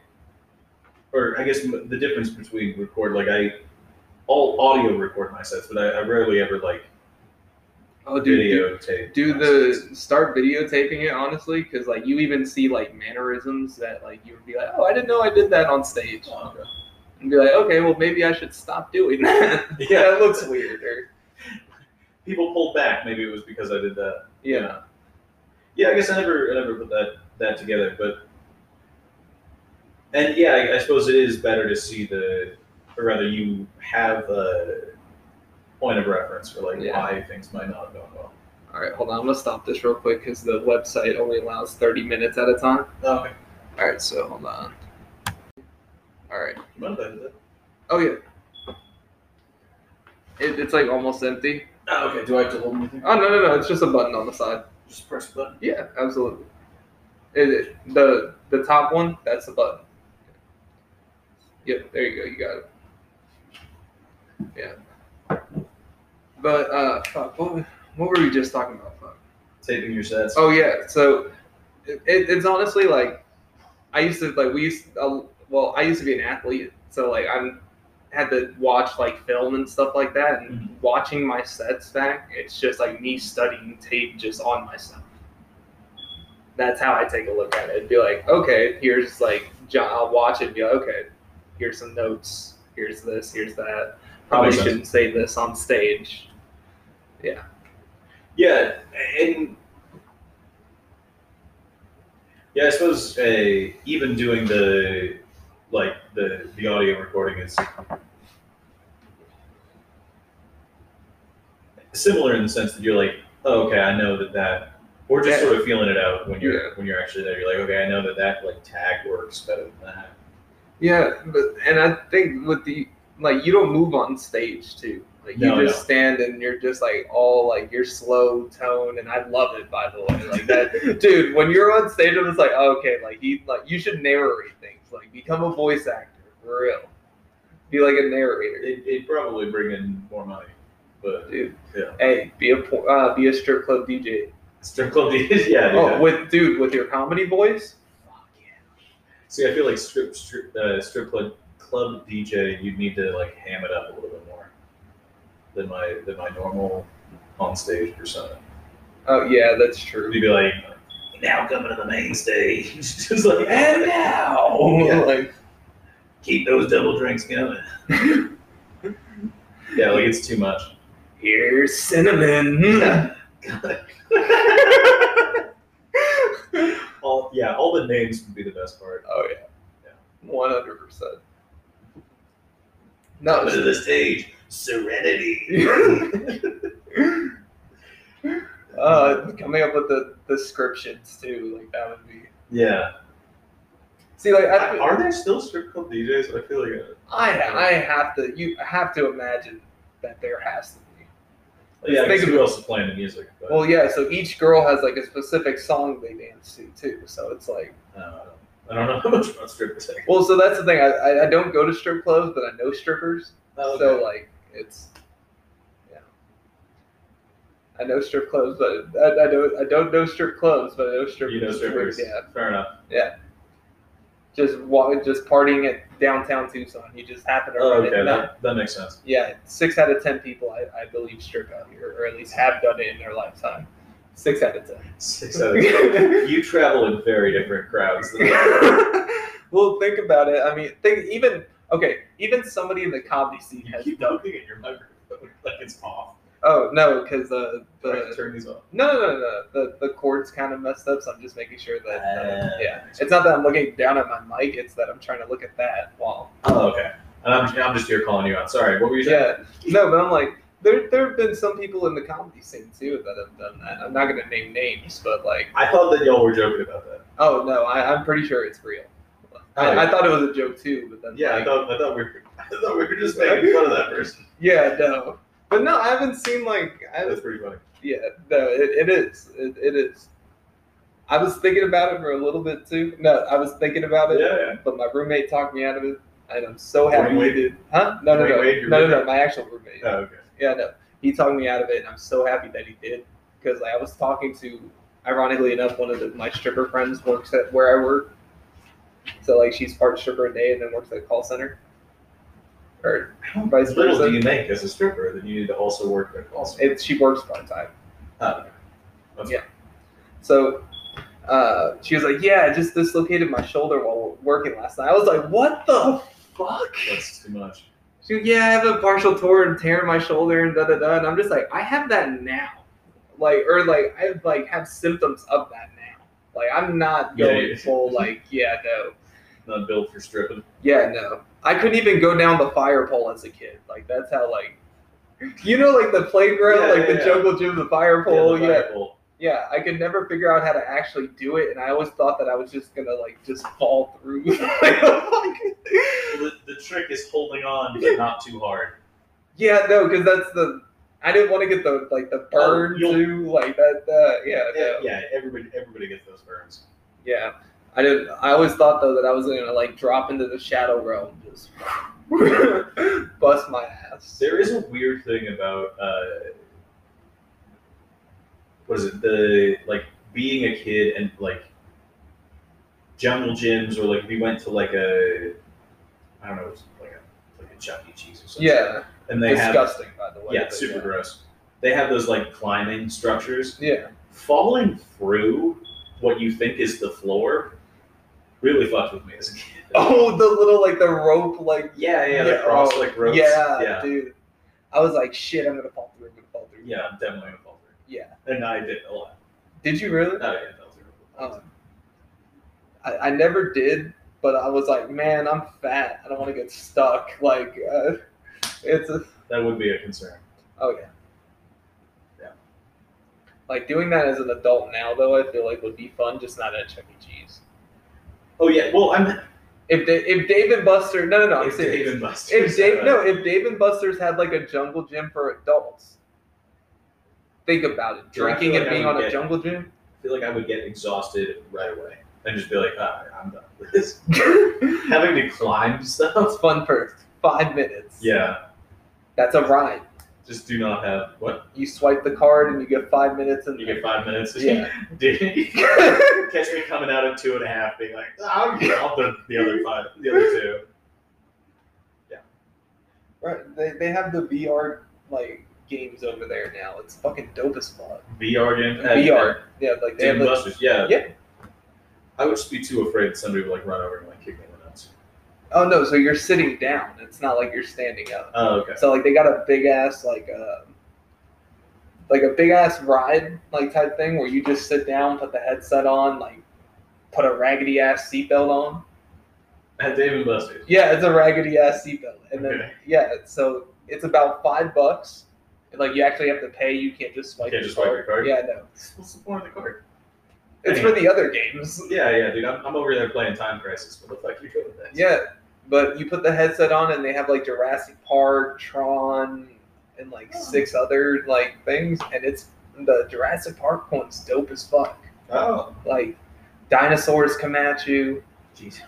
Speaker 2: or I guess m- the difference between record like I, all audio record my sets, but I, I rarely ever like
Speaker 1: oh
Speaker 2: video tape.
Speaker 1: do
Speaker 2: my sets.
Speaker 1: the start videotaping it honestly because like you even see like mannerisms that like you would be like oh i didn't know i did that on stage
Speaker 2: Oh, okay.
Speaker 1: and be like okay well maybe i should stop doing that
Speaker 2: Yeah.
Speaker 1: that looks weird or
Speaker 2: people pulled back. Maybe it was because I did that.
Speaker 1: yeah
Speaker 2: Yeah, I guess I never I never put that that together, but. And yeah, I, I suppose it is better to see the, or rather, you have a point of reference for like
Speaker 1: Yeah.
Speaker 2: why things might not have gone well.
Speaker 1: all right hold on i'm gonna stop this real quick because the website only allows 30 minutes at a time
Speaker 2: Oh, okay.
Speaker 1: all right so hold on all right
Speaker 2: You might have done that.
Speaker 1: oh yeah it, it's like almost empty
Speaker 2: Oh, okay. Do I have to hold anything?
Speaker 1: oh no no no it's just a button on the side
Speaker 2: Just press the button.
Speaker 1: Yeah, absolutely. It, it- the the top one, that's the button. Yep, there you go, you got it. Yeah. But uh, fuck, what, were- what were we just talking about? Fuck.
Speaker 2: Taping your sets.
Speaker 1: Oh yeah, so it, it, it's honestly like I used to like we used uh, well I used to be an athlete, so like I'm had to watch like film and stuff like that, and watching my sets back, it's just like me studying tape just on myself. That's how I take a look at it. Be like, okay, here's like John. I'll watch it. And be like, okay, here's some notes. Here's this. Here's that. Probably
Speaker 2: makes sense.
Speaker 1: shouldn't say this on stage.
Speaker 2: Yeah, and yeah, I suppose uh, even doing the like the the audio recording is similar in the sense that you're like, oh, okay, I know that that. Or just
Speaker 1: Yeah.
Speaker 2: sort of feeling it out when you're
Speaker 1: Yeah.
Speaker 2: when you're actually there. You're like, okay, I know that that like tag works better than that.
Speaker 1: Yeah, but and I think with the like you don't move on stage too. Like you
Speaker 2: No,
Speaker 1: just stand and you're just like all like your slow tone and I love it by the way. Like that dude, when you're on stage I'm just like oh, okay, like he like you should narrate things. Like become a voice actor for real. Be like a narrator.
Speaker 2: It it'd probably bring in more money, but
Speaker 1: Dude,
Speaker 2: Yeah.
Speaker 1: hey, be a por- uh, be a strip club DJ.
Speaker 2: strip club DJs, yeah. dude.
Speaker 1: Oh, with dude, with your comedy voice, fuck yeah.
Speaker 2: See, I feel like strip strip uh, strip club club DJ, you'd need to like ham it up a little bit more than my than my normal on stage persona.
Speaker 1: Oh yeah, that's true.
Speaker 2: You'd be like, now coming to the main stage, just like eh.
Speaker 1: And
Speaker 2: now,
Speaker 1: Oh, like,
Speaker 2: keep those double drinks going. Yeah, like it's too much.
Speaker 1: here's cinnamon.
Speaker 2: all yeah, all the names would be the best part.
Speaker 1: Oh
Speaker 2: Yeah.
Speaker 1: yeah, one hundred percent. No,
Speaker 2: Coming
Speaker 1: it's-
Speaker 2: the stage, serenity.
Speaker 1: uh, coming up with the descriptions too, like that would be.
Speaker 2: yeah,
Speaker 1: See, like I,
Speaker 2: are there still strip club DJs? I feel like. uh,
Speaker 1: I, I have to, you have to imagine that there has to be.
Speaker 2: Yeah,
Speaker 1: Think
Speaker 2: because
Speaker 1: of
Speaker 2: who
Speaker 1: it.
Speaker 2: else is playing the music? But,
Speaker 1: Well, yeah. So each girl has like a specific song they dance to too. So it's like,
Speaker 2: uh, I don't know how much about strippers.
Speaker 1: well, so that's the thing. I, I, I don't go to strip clubs, but I know strippers.
Speaker 2: Oh,
Speaker 1: So like it's yeah. I know strip clubs, but I, I don't I don't know strip clubs, but I know strippers.
Speaker 2: you know strippers.
Speaker 1: Yeah,
Speaker 2: Fair enough.
Speaker 1: just wa- just partying at downtown Tucson. You just happen to
Speaker 2: Oh,
Speaker 1: run
Speaker 2: okay,
Speaker 1: into them.
Speaker 2: that, that makes sense.
Speaker 1: Yeah, six out of ten people I, I believe strip out here, or at least have done it in their lifetime. Six out of ten.
Speaker 2: Six out of ten. you travel in very different crowds. Than
Speaker 1: well, think about it. I mean, think even okay, even somebody in the comedy scene
Speaker 2: you
Speaker 1: has
Speaker 2: keep
Speaker 1: done.
Speaker 2: looking at your microphone like it's off.
Speaker 1: Oh no, because uh,
Speaker 2: Try to
Speaker 1: the
Speaker 2: turn these off.
Speaker 1: No, no, no, no. The the cord's kind of messed up, so I'm just making sure that. uh,
Speaker 2: Ah.
Speaker 1: yeah, it's not that I'm looking down at my mic; it's that I'm trying to look at that wall.
Speaker 2: Oh, okay. And I'm, I'm just here calling you out. Sorry, what were you saying?
Speaker 1: Yeah, no, but I'm like, there there have been some people in the comedy scene too that have done that. I'm not gonna name names, but like,
Speaker 2: I thought that y'all were joking about that.
Speaker 1: oh no, I, I'm pretty sure it's real.
Speaker 2: Oh, yeah.
Speaker 1: I, I thought it was a joke too, but then
Speaker 2: Yeah, I
Speaker 1: like,
Speaker 2: thought I thought we were I thought we were just making fun of that person.
Speaker 1: yeah, no, but no, I haven't seen like I
Speaker 2: That's pretty funny.
Speaker 1: Yeah, no, it, it is. It, it is. I was thinking about it for a little bit too. No, I was thinking about
Speaker 2: Yeah,
Speaker 1: it.
Speaker 2: yeah.
Speaker 1: but my roommate talked me out of it, and I'm so
Speaker 2: Dwayne
Speaker 1: happy we
Speaker 2: Wade?
Speaker 1: did. Huh? No, no,
Speaker 2: Dwayne
Speaker 1: no,
Speaker 2: Wade, your
Speaker 1: no, no, no.
Speaker 2: roommate?
Speaker 1: My actual roommate.
Speaker 2: Oh, okay.
Speaker 1: Yeah, no. He talked me out of it, and I'm so happy that he did because I was talking to, ironically enough, one of the, my stripper friends works at where I work. So like, she's part stripper and day, and then works at a call center. Or vice
Speaker 2: little
Speaker 1: versa.
Speaker 2: do you make as a stripper that you need to also work at also.
Speaker 1: It, she works part time.
Speaker 2: Oh, okay. That's
Speaker 1: Yeah. So uh, she was like, "Yeah, I just dislocated my shoulder while working last night." I was like, "What the fuck?"
Speaker 2: That's too much.
Speaker 1: She goes, yeah, I have a partial torn tear in my shoulder and da da da. And I'm just like, I have that now, like or like I like have symptoms of that now. Like I'm not
Speaker 2: Yeah,
Speaker 1: going
Speaker 2: yeah.
Speaker 1: full like yeah no
Speaker 2: Not built for stripping.
Speaker 1: yeah no. I couldn't even go down the fire pole as a kid. Like that's how like, you know, like the playground,
Speaker 2: Yeah,
Speaker 1: like
Speaker 2: yeah,
Speaker 1: the
Speaker 2: yeah.
Speaker 1: jungle gym, the fire pole.
Speaker 2: Oh, yeah, the
Speaker 1: yeah,
Speaker 2: fire pole.
Speaker 1: yeah. I could never figure out how to actually do it, and I always thought that I was just gonna like just fall through.
Speaker 2: Well, the, the trick is holding on, but not too hard.
Speaker 1: Yeah, no, because that's the. I didn't want to get the like the burn
Speaker 2: you'll-
Speaker 1: too, like that. Uh, yeah,
Speaker 2: Yeah,
Speaker 1: no. yeah,
Speaker 2: yeah, everybody everybody gets those burns.
Speaker 1: I didn't. I always thought though that I was gonna like drop into the shadow realm, just bust my ass.
Speaker 2: There is a weird thing about uh, what is it? The like being a kid and like jungle gyms, or like we went to like a I don't know, it was like a like a Chuck E. Cheese or something.
Speaker 1: Yeah,
Speaker 2: and they have
Speaker 1: disgusting by the way.
Speaker 2: yeah,
Speaker 1: but
Speaker 2: super gross. They have those like climbing structures.
Speaker 1: Yeah. yeah,
Speaker 2: falling through what you think is the floor really fucked with me as a kid.
Speaker 1: Oh, the little like the rope, like
Speaker 2: yeah, yeah, the
Speaker 1: Yeah,
Speaker 2: cross
Speaker 1: oh,
Speaker 2: like ropes.
Speaker 1: yeah,
Speaker 2: yeah,
Speaker 1: dude. I was like, shit, I'm gonna fall through. I'm gonna fall through.
Speaker 2: yeah, I'm definitely gonna fall through.
Speaker 1: Yeah.
Speaker 2: and I did a lot.
Speaker 1: Did you really?
Speaker 2: Oh, yeah, that was a
Speaker 1: Um, I, I never did, but I was like, man, I'm fat. I don't want to get stuck. Like, uh, it's a,
Speaker 2: that would be a concern.
Speaker 1: oh yeah,
Speaker 2: Yeah.
Speaker 1: Like doing that as an adult now, though, I feel like would be fun, just not at Chuck E. Cheese.
Speaker 2: Oh yeah, well I'm
Speaker 1: If da- if Dave and Buster, no, no, no, I'm
Speaker 2: if Dave
Speaker 1: serious.
Speaker 2: and Buster's
Speaker 1: If Dave,
Speaker 2: had
Speaker 1: no,
Speaker 2: a-
Speaker 1: if Dave and Buster's had like a jungle gym for adults, think about it.
Speaker 2: Yeah, I feel
Speaker 1: Drinking
Speaker 2: like
Speaker 1: and
Speaker 2: I
Speaker 1: being
Speaker 2: would
Speaker 1: on a
Speaker 2: get-
Speaker 1: jungle gym.
Speaker 2: I feel like I would get exhausted right away and just be like, ah, I'm done with this.
Speaker 1: it's
Speaker 2: Having to climb stuff.
Speaker 1: fun for five minutes.
Speaker 2: Yeah,
Speaker 1: That's a ride.
Speaker 2: just do not have what
Speaker 1: You swipe the card and you get five minutes and
Speaker 2: you get five minutes.
Speaker 1: Yeah.
Speaker 2: Did- catch me coming out at two and a half, being like, ah, I'm out the, the other five, the other two.
Speaker 1: Right. They, they have the VR like games over there now. It's fucking dope as fuck.
Speaker 2: VR game.
Speaker 1: VR. Yeah, like they
Speaker 2: Dave
Speaker 1: have
Speaker 2: and
Speaker 1: like,
Speaker 2: Buster's. Yeah.
Speaker 1: Yeah.
Speaker 2: I would just be too afraid that somebody would like run over and like kick me in the nuts.
Speaker 1: oh no, so you're sitting down. It's not like you're standing up.
Speaker 2: Oh, okay.
Speaker 1: So like they got a big ass like uh like a big ass ride like type thing where you just sit down, put the headset on, like put a raggedy ass seatbelt on.
Speaker 2: At Dave and Buster's.
Speaker 1: Yeah, it's a raggedy ass seatbelt. And then
Speaker 2: Okay.
Speaker 1: yeah, so it's about five bucks. Like you actually have to pay. You can't just swipe.
Speaker 2: Can't
Speaker 1: the
Speaker 2: just swipe your card?
Speaker 1: Yeah, no.
Speaker 2: What's the point of the card?
Speaker 1: It's for the other games.
Speaker 2: Yeah, yeah, dude. I'm, I'm over there playing Time Crisis. What the fuck you doing with that?
Speaker 1: Yeah, but you put the headset on and they have like Jurassic Park, Tron, and like six other like things, and it's the Jurassic Park one's dope as fuck.
Speaker 2: Oh,
Speaker 1: Like dinosaurs come at you.
Speaker 2: jeez.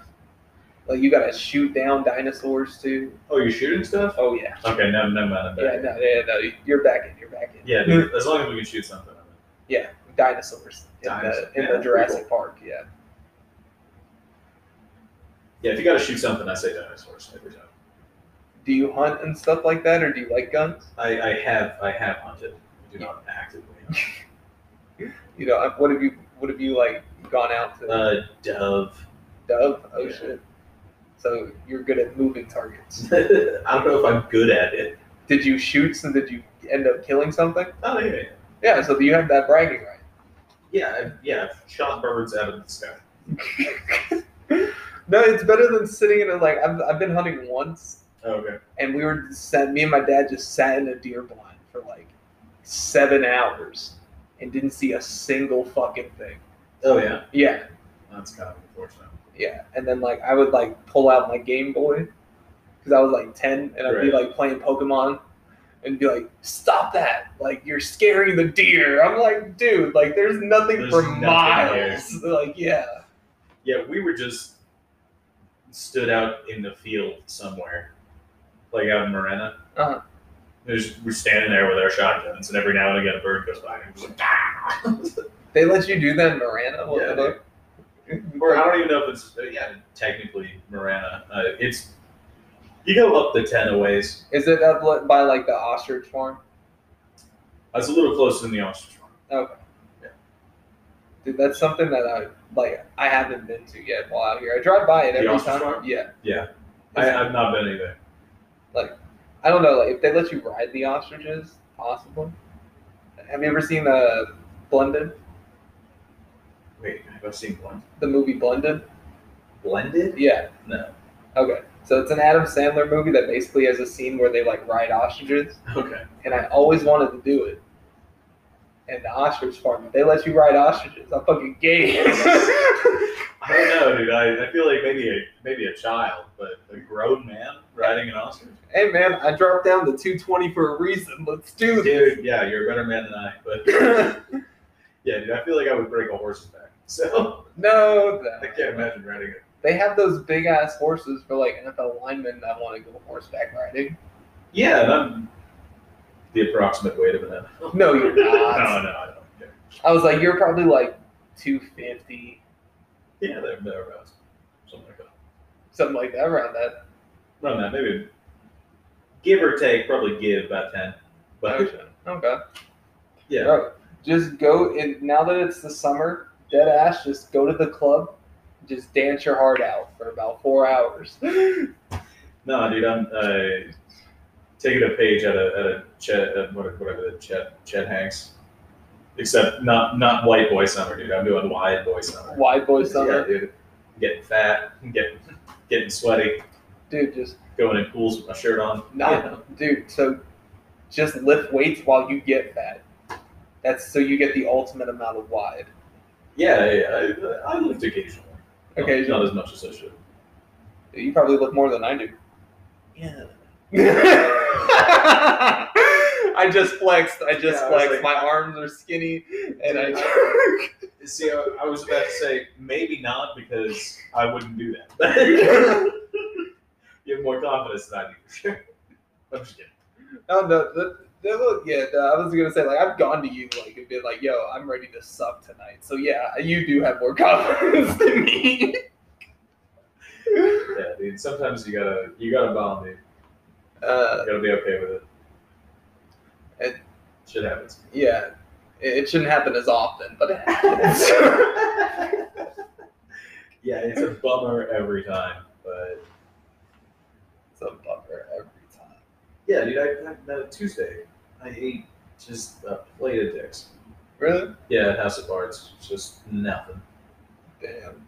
Speaker 1: Like you gotta shoot down dinosaurs too.
Speaker 2: Oh, you're shooting stuff?
Speaker 1: Oh yeah.
Speaker 2: Okay, no, never mind. I'm
Speaker 1: Yeah,
Speaker 2: back.
Speaker 1: no, yeah, no. You're back in. You're back in.
Speaker 2: Yeah, dude, as long as we can shoot something. I'm in.
Speaker 1: Yeah, dinosaurs in
Speaker 2: Dinosaurs.
Speaker 1: the, in
Speaker 2: Yeah,
Speaker 1: the
Speaker 2: that's pretty
Speaker 1: Jurassic Park. Yeah,
Speaker 2: Yeah, if you got to shoot something, I say dinosaurs every time.
Speaker 1: do you hunt and stuff like that, or do you like guns?
Speaker 2: I, I have I have hunted. I do not actively hunt.
Speaker 1: You know, what have you what have you like gone out to
Speaker 2: Uh, dove.
Speaker 1: dove? Oh
Speaker 2: yeah.
Speaker 1: shit! So you're good at moving targets.
Speaker 2: I don't know if I'm good at it.
Speaker 1: Did you shoot? So did you end up killing something?
Speaker 2: Oh yeah, yeah,
Speaker 1: Yeah. So you have that bragging right.
Speaker 2: yeah, I've, yeah. I've shot birds out of the sky.
Speaker 1: No, it's better than sitting in a like I've I've been hunting once,
Speaker 2: Oh, okay.
Speaker 1: and we were just sat, me and my dad just sat in a deer blind for like seven hours and didn't see a single fucking thing.
Speaker 2: Oh yeah.
Speaker 1: Yeah.
Speaker 2: That's kind of unfortunate.
Speaker 1: Yeah, and then like I would like pull out my Game Boy because I was like ten, and I'd be like playing Pokemon, and be like, "Stop that! Like you're scaring the deer." I'm like, "Dude, like there's nothing
Speaker 2: There's
Speaker 1: for
Speaker 2: nothing
Speaker 1: miles." Like, yeah,
Speaker 2: Yeah, we were just stood out in the field somewhere, like out in Morena.
Speaker 1: Uh-huh.
Speaker 2: There's, we're standing there with our shotguns, and every now and again a bird goes by, and we're just like, ah!
Speaker 1: they let you do that in Miranda. What
Speaker 2: Yeah,
Speaker 1: the fuck?
Speaker 2: or I don't even know if it's uh, yeah, technically Morana. Uh, it's you go up the ten a ways.
Speaker 1: Is it up li- by like the ostrich farm?
Speaker 2: I was a little closer than the ostrich farm.
Speaker 1: Dude, that's something that I like. I haven't been to yet while out here. I drive by it
Speaker 2: The
Speaker 1: every
Speaker 2: ostrich
Speaker 1: time.
Speaker 2: farm?
Speaker 1: Yeah,
Speaker 2: Yeah, I, I've not been either.
Speaker 1: I don't know, like if they let you ride the ostriches, possibly. Have you ever seen uh, Blended,
Speaker 2: Wait, have I seen one?
Speaker 1: the movie Blended?
Speaker 2: Blended?
Speaker 1: Yeah.
Speaker 2: No.
Speaker 1: Okay. So it's an Adam Sandler movie that basically has a scene where they like ride ostriches,
Speaker 2: Okay.
Speaker 1: and I always wanted to do it. And the ostrich farm, if they let you ride ostriches, I'm fucking gay.
Speaker 2: I don't know, dude. I, I feel like maybe a maybe a child, but a grown man riding an ostrich.
Speaker 1: hey man, I dropped down to 220 for a reason. Let's do this.
Speaker 2: Dude, yeah, you're a better man than I. But yeah, dude, I feel like I would break a horse's back. So
Speaker 1: no,
Speaker 2: I can't imagine riding it.
Speaker 1: they have those big ass horses for like NFL linemen that want to go horseback riding.
Speaker 2: Yeah, and I'm the approximate weight of an animal.
Speaker 1: No, you're not.
Speaker 2: no, no, I don't care.
Speaker 1: I was like, you're probably like 250,
Speaker 2: Yeah, they're thereabouts. Something like that.
Speaker 1: something like that, around that.
Speaker 2: Around that, maybe give or take, probably give about ten. But
Speaker 1: Okay.
Speaker 2: yeah,
Speaker 1: Bro, just go in. Now that it's the summer, dead ass, just go to the club, just dance your heart out for about four hours.
Speaker 2: No, dude, I'm uh, taking a page out of, out of Chet, uh, what- whatever the Chet, Chet Hanks Except not not white boy summer, dude. I'm doing wide boy summer.
Speaker 1: White boy summer,
Speaker 2: Yeah, dude. Getting fat, getting getting sweaty,
Speaker 1: dude. Just
Speaker 2: going in pools with my shirt on.
Speaker 1: not, dude. So, just lift weights while you get fat. That's so you get the ultimate amount of wide.
Speaker 2: Yeah, yeah. yeah. I, I lived occasionally. Not-
Speaker 1: Occasionally.
Speaker 2: Not as much as I should.
Speaker 1: You probably look more than I do.
Speaker 2: Yeah.
Speaker 1: I just flexed. I just
Speaker 2: Yeah, I was
Speaker 1: flexed.
Speaker 2: like-
Speaker 1: My arms are skinny, and I.
Speaker 2: See, I, I was about to say maybe not because I wouldn't do that. you have more confidence than I do. for sure. I'm just kidding.
Speaker 1: Oh no, that, that look, yeah. no, I was gonna say like I've gone to you like and been like, yo, I'm ready to suck tonight. So yeah, you do have more confidence than me.
Speaker 2: Yeah, dude. Sometimes you gotta you gotta bomb, dude.
Speaker 1: Uh,
Speaker 2: You gotta be okay with it.
Speaker 1: It-
Speaker 2: shit happens.
Speaker 1: yeah, it, it shouldn't happen as often, but it happens.
Speaker 2: yeah, it's a bummer every time, but
Speaker 1: it's a bummer every time.
Speaker 2: yeah, dude. I, I no, Tuesday I ate just a plate of dicks.
Speaker 1: Really?
Speaker 2: Yeah, House of Cards, just nothing.
Speaker 1: Damn.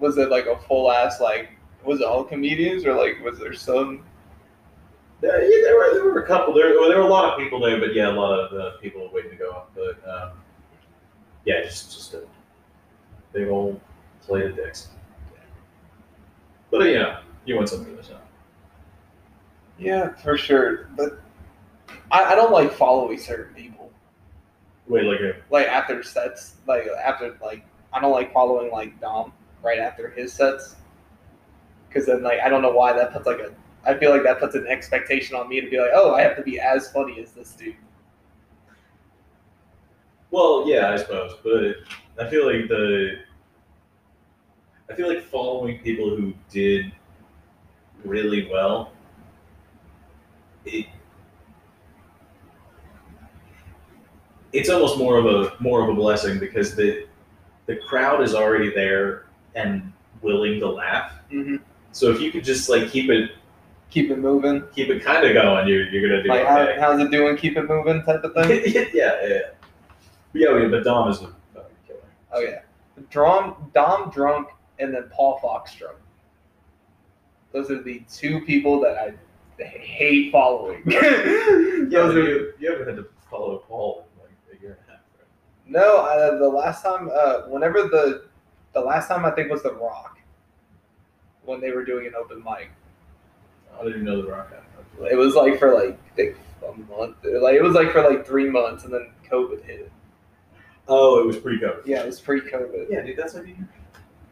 Speaker 1: Was it like a full ass like? Was it all comedians or like was there some?
Speaker 2: Yeah, yeah, there were there were a couple there. Well, there were a lot of people there, but yeah, a lot of uh, people waiting to go up. But um, yeah, just just a big old plate of dicks. But you know, you want something to shop.
Speaker 1: Yeah, for sure. But I, I don't like following certain people.
Speaker 2: Wait, like a
Speaker 1: like after sets, like after like I don't like following like Dom right after his sets, because then like I don't know why that puts like a I feel like that puts an expectation on me to be like oh I have to be as funny as this dude.
Speaker 2: well, yeah, I suppose. But I feel like the I feel like following people who did really well. It it's almost more of a more of a blessing because the the crowd is already there and willing to laugh.
Speaker 1: Mm-hmm.
Speaker 2: So if you could just like keep it
Speaker 1: Keep it moving.
Speaker 2: keep it kind of going, you're you're gonna do
Speaker 1: Like how,
Speaker 2: okay.
Speaker 1: how's it doing? Keep it moving type of thing.
Speaker 2: yeah, yeah, yeah. But yeah, but Dom is a fucking killer.
Speaker 1: Oh yeah, Dom Dom drunk and then Paul Fox drunk. Those are the two people that I hate following.
Speaker 2: Yeah,
Speaker 1: Those
Speaker 2: but
Speaker 1: are-
Speaker 2: you, you haven't had to follow Paul in like a year and a half, right?
Speaker 1: No, uh, the last time, uh, whenever the the last time I think was The Rock when they were doing an open mic.
Speaker 2: I didn't even know The Rock had one.
Speaker 1: It was like for like I think a month, like it was like for like three months, and then COVID hit.
Speaker 2: Oh, it was pre COVID.
Speaker 1: Yeah, it was pre-COVID.
Speaker 2: Yeah, dude, that's like a year.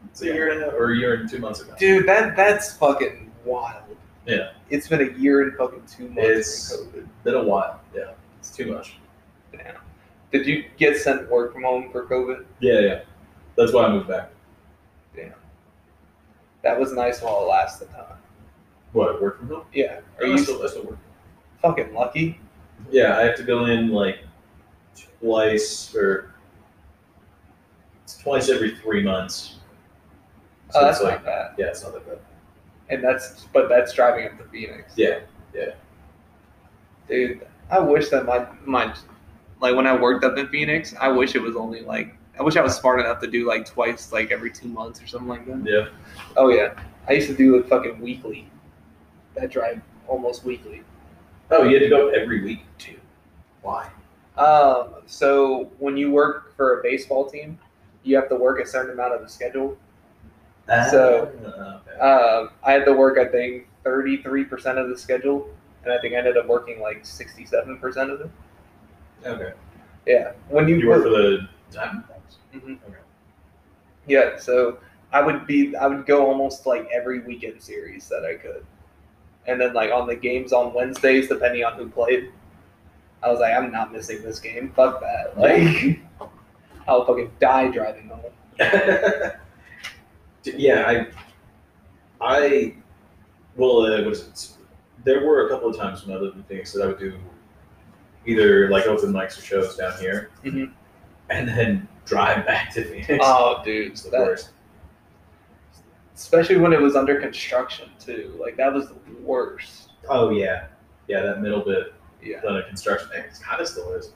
Speaker 2: It's a year and a half, or a year and two months ago.
Speaker 1: Dude, that that's fucking wild.
Speaker 2: Yeah.
Speaker 1: it's been a year and fucking two months
Speaker 2: It's-
Speaker 1: from COVID.
Speaker 2: Been a while. Yeah, it's too much.
Speaker 1: Did you get sent work from home for COVID?
Speaker 2: Yeah, yeah. That's why I moved back.
Speaker 1: That was nice while it lasted, huh?
Speaker 2: What, work from home?
Speaker 1: Yeah. Are
Speaker 2: I
Speaker 1: you
Speaker 2: still, I still work.
Speaker 1: fucking lucky?
Speaker 2: Yeah, I have to go in like twice or it's twice every three months. So
Speaker 1: oh,
Speaker 2: it's
Speaker 1: that's
Speaker 2: like,
Speaker 1: not bad.
Speaker 2: yeah, it's not that bad.
Speaker 1: And that's but that's driving up to Phoenix.
Speaker 2: Yeah.
Speaker 1: Dude, I wish that my my like when I worked up in Phoenix, I wish it was only like I wish I was smart enough to do like twice like every two months or something like that.
Speaker 2: Yeah.
Speaker 1: Oh yeah. I used to do it fucking weekly. That drive almost weekly.
Speaker 2: Oh, you had to go every week, too. Why?
Speaker 1: Um so when you work for a baseball team, you have to work a certain amount of the schedule. So-
Speaker 2: Ah, okay.
Speaker 1: Um I had to work I think thirty three percent of the schedule and I think I ended up working like sixty seven percent of it.
Speaker 2: Okay.
Speaker 1: Yeah. When you,
Speaker 2: You work for the Diamondbacks.
Speaker 1: Yeah, so I would be I would go almost like every weekend series that I could. And then like on the games on Wednesdays, depending on who played, I was like, I'm not missing this game. Fuck that. Like I'll fucking die driving home.
Speaker 2: D- yeah, I, I, well, uh, what is it? There were a couple of times when I lived in Phoenix that I would do either like open mics or shows down here,
Speaker 1: Mhm.
Speaker 2: and then drive back to Phoenix.
Speaker 1: Oh dude.
Speaker 2: it's the
Speaker 1: That,
Speaker 2: worst.
Speaker 1: especially when it was under construction too. Like that was the worst.
Speaker 2: Oh yeah, yeah, that middle bit
Speaker 1: Yeah.
Speaker 2: done in construction. It kind of still is.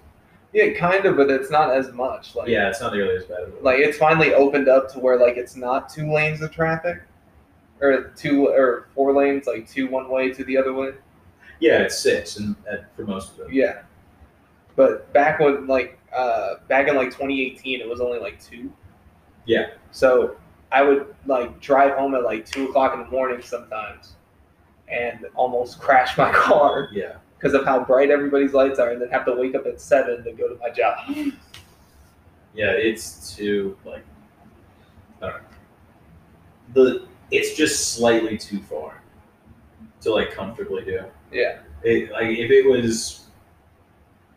Speaker 1: Yeah, kind of, but it's not as much. Like,
Speaker 2: yeah, it's not nearly as bad. As it
Speaker 1: like it's finally opened up to where like it's not two lanes of traffic, or two or four lanes, like two one way to the other way.
Speaker 2: was. yeah, it's six, and at, for most of them.
Speaker 1: Yeah, but back when like uh, back in like 2018, it was only like two.
Speaker 2: Yeah.
Speaker 1: So I would like drive home at like two o'clock in the morning sometimes, and almost crash my car
Speaker 2: Yeah,
Speaker 1: because of how bright everybody's lights are, and then have to wake up at seven to go to my job.
Speaker 2: yeah, it's too like, I don't know. The it's just slightly too far to like comfortably do.
Speaker 1: Yeah.
Speaker 2: It, like if it was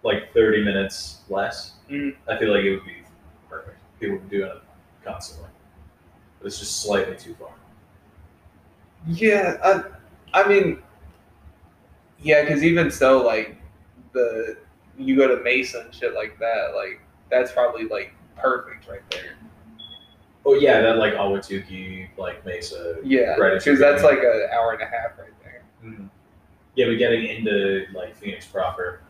Speaker 2: like thirty minutes less,
Speaker 1: Mhm.
Speaker 2: I feel like it would be perfect. People would do it constantly, but it's just slightly too far.
Speaker 1: Yeah, I, I mean, yeah, because even so, like the you go to Mason shit like that, like that's probably like perfect right there.
Speaker 2: Oh yeah, that like Awatuki, like Mesa.
Speaker 1: Yeah,
Speaker 2: Right, if you're
Speaker 1: because that's
Speaker 2: getting-
Speaker 1: like an hour and a half right there.
Speaker 2: Yeah, but getting into like Phoenix proper,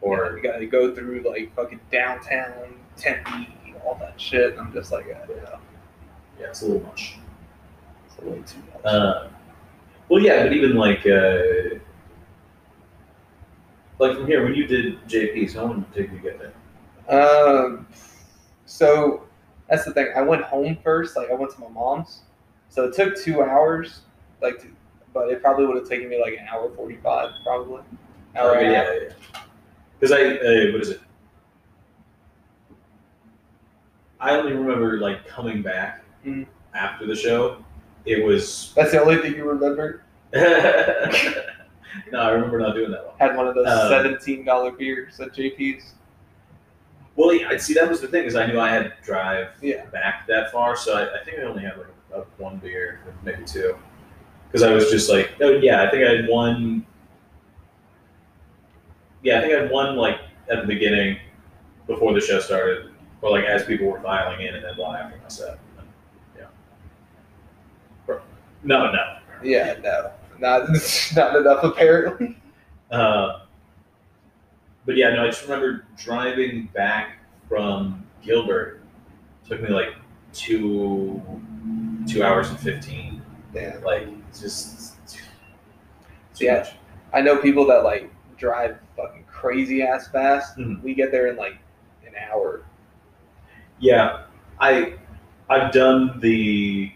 Speaker 1: Or
Speaker 2: or
Speaker 1: you gotta go through like fucking downtown Tempe, all that shit. I'm just like, uh, yeah,
Speaker 2: yeah, it's a little much.
Speaker 1: it's a little too much.
Speaker 2: Uh, well, yeah, but even like uh, like from here when you did JP's, how long did it take you to get there?
Speaker 1: Um, so that's the thing. I went home first. Like I went to my mom's, so it took two hours. Like, to, but it probably would have taken me like an hour forty-five, probably. Hour and a half.
Speaker 2: yeah, yeah. Because I uh, what is it? I only remember like coming back
Speaker 1: Mhm.
Speaker 2: after the show. It was
Speaker 1: That's the only thing you remember.
Speaker 2: no, I remember not doing that one.
Speaker 1: Had one of those
Speaker 2: Um,
Speaker 1: seventeen-dollar beers at JP's.
Speaker 2: Well, yeah, see, that was the thing is I knew I had to drive
Speaker 1: Yeah.
Speaker 2: back that far, so I, I think I only had like a, one beer, maybe two, because I was just like, oh yeah, I think I had one. Yeah, I think I had one like at the beginning, before the show started, or like as people were filing in, and then one after my set. Yeah. No, no.
Speaker 1: Yeah, no, not not enough apparently.
Speaker 2: Uh, but yeah, no, I just remember driving back from Gilbert. Took me like two two hours and fifteen.
Speaker 1: Yeah,
Speaker 2: Like it's just too, too
Speaker 1: Yeah.
Speaker 2: much.
Speaker 1: I know people that like drive fucking crazy ass fast.
Speaker 2: Mhm.
Speaker 1: We get there in like an hour.
Speaker 2: Yeah, I I've done the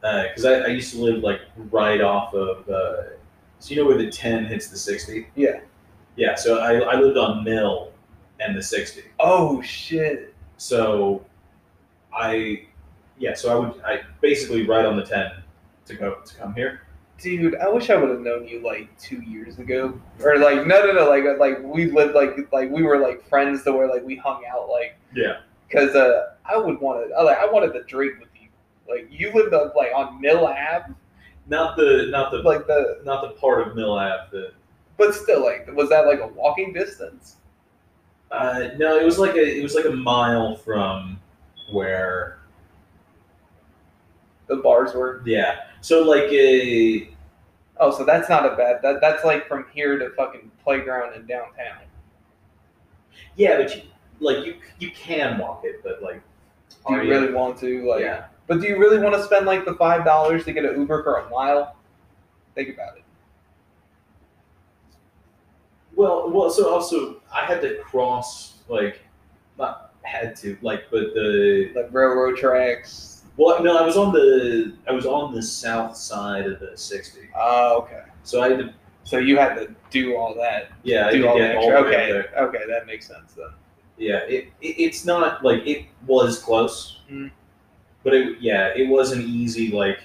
Speaker 2: because I, I used to live like right off of uh, so you know where the ten hits the sixty.
Speaker 1: Yeah.
Speaker 2: Yeah, so I, I lived on Mill and the sixty.
Speaker 1: Oh shit.
Speaker 2: So I yeah, so I would I basically ride on the ten to go to come here.
Speaker 1: Dude, I wish I would have known you like two years ago, or like no, no, no, like like we lived like like we were like friends to where like we hung out like
Speaker 2: Yeah.
Speaker 1: because uh I would want to I, like I wanted to drink with you like you lived on like on Mill Ave
Speaker 2: Not the not the
Speaker 1: like the
Speaker 2: not the part of Mill Ave that
Speaker 1: but still like was that like a walking distance?
Speaker 2: uh, no, it was like a it was like a mile from where
Speaker 1: The bars were
Speaker 2: yeah. So like a
Speaker 1: oh so that's not a bad that that's like from here to fucking playground in downtown.
Speaker 2: yeah, but you like you you can walk it, but like
Speaker 1: Do
Speaker 2: are
Speaker 1: you really want to like?
Speaker 2: Oh, yeah.
Speaker 1: But do you really want to spend like the five dollars to get an Uber for a mile? Think about it.
Speaker 2: Well, well. So also, I had to cross like not had to like, but the
Speaker 1: Like railroad tracks.
Speaker 2: Well, no, I was on the I was on the south side of the sixty,
Speaker 1: Oh, okay.
Speaker 2: so I had to
Speaker 1: So you had to do all that.
Speaker 2: yeah, I had
Speaker 1: do
Speaker 2: to
Speaker 1: all
Speaker 2: get
Speaker 1: that.
Speaker 2: all the
Speaker 1: extra-
Speaker 2: way
Speaker 1: okay.
Speaker 2: there.
Speaker 1: Okay, that makes sense then.
Speaker 2: Yeah, it, it it's not like it was close,
Speaker 1: Mm.
Speaker 2: but it yeah, it was an easy like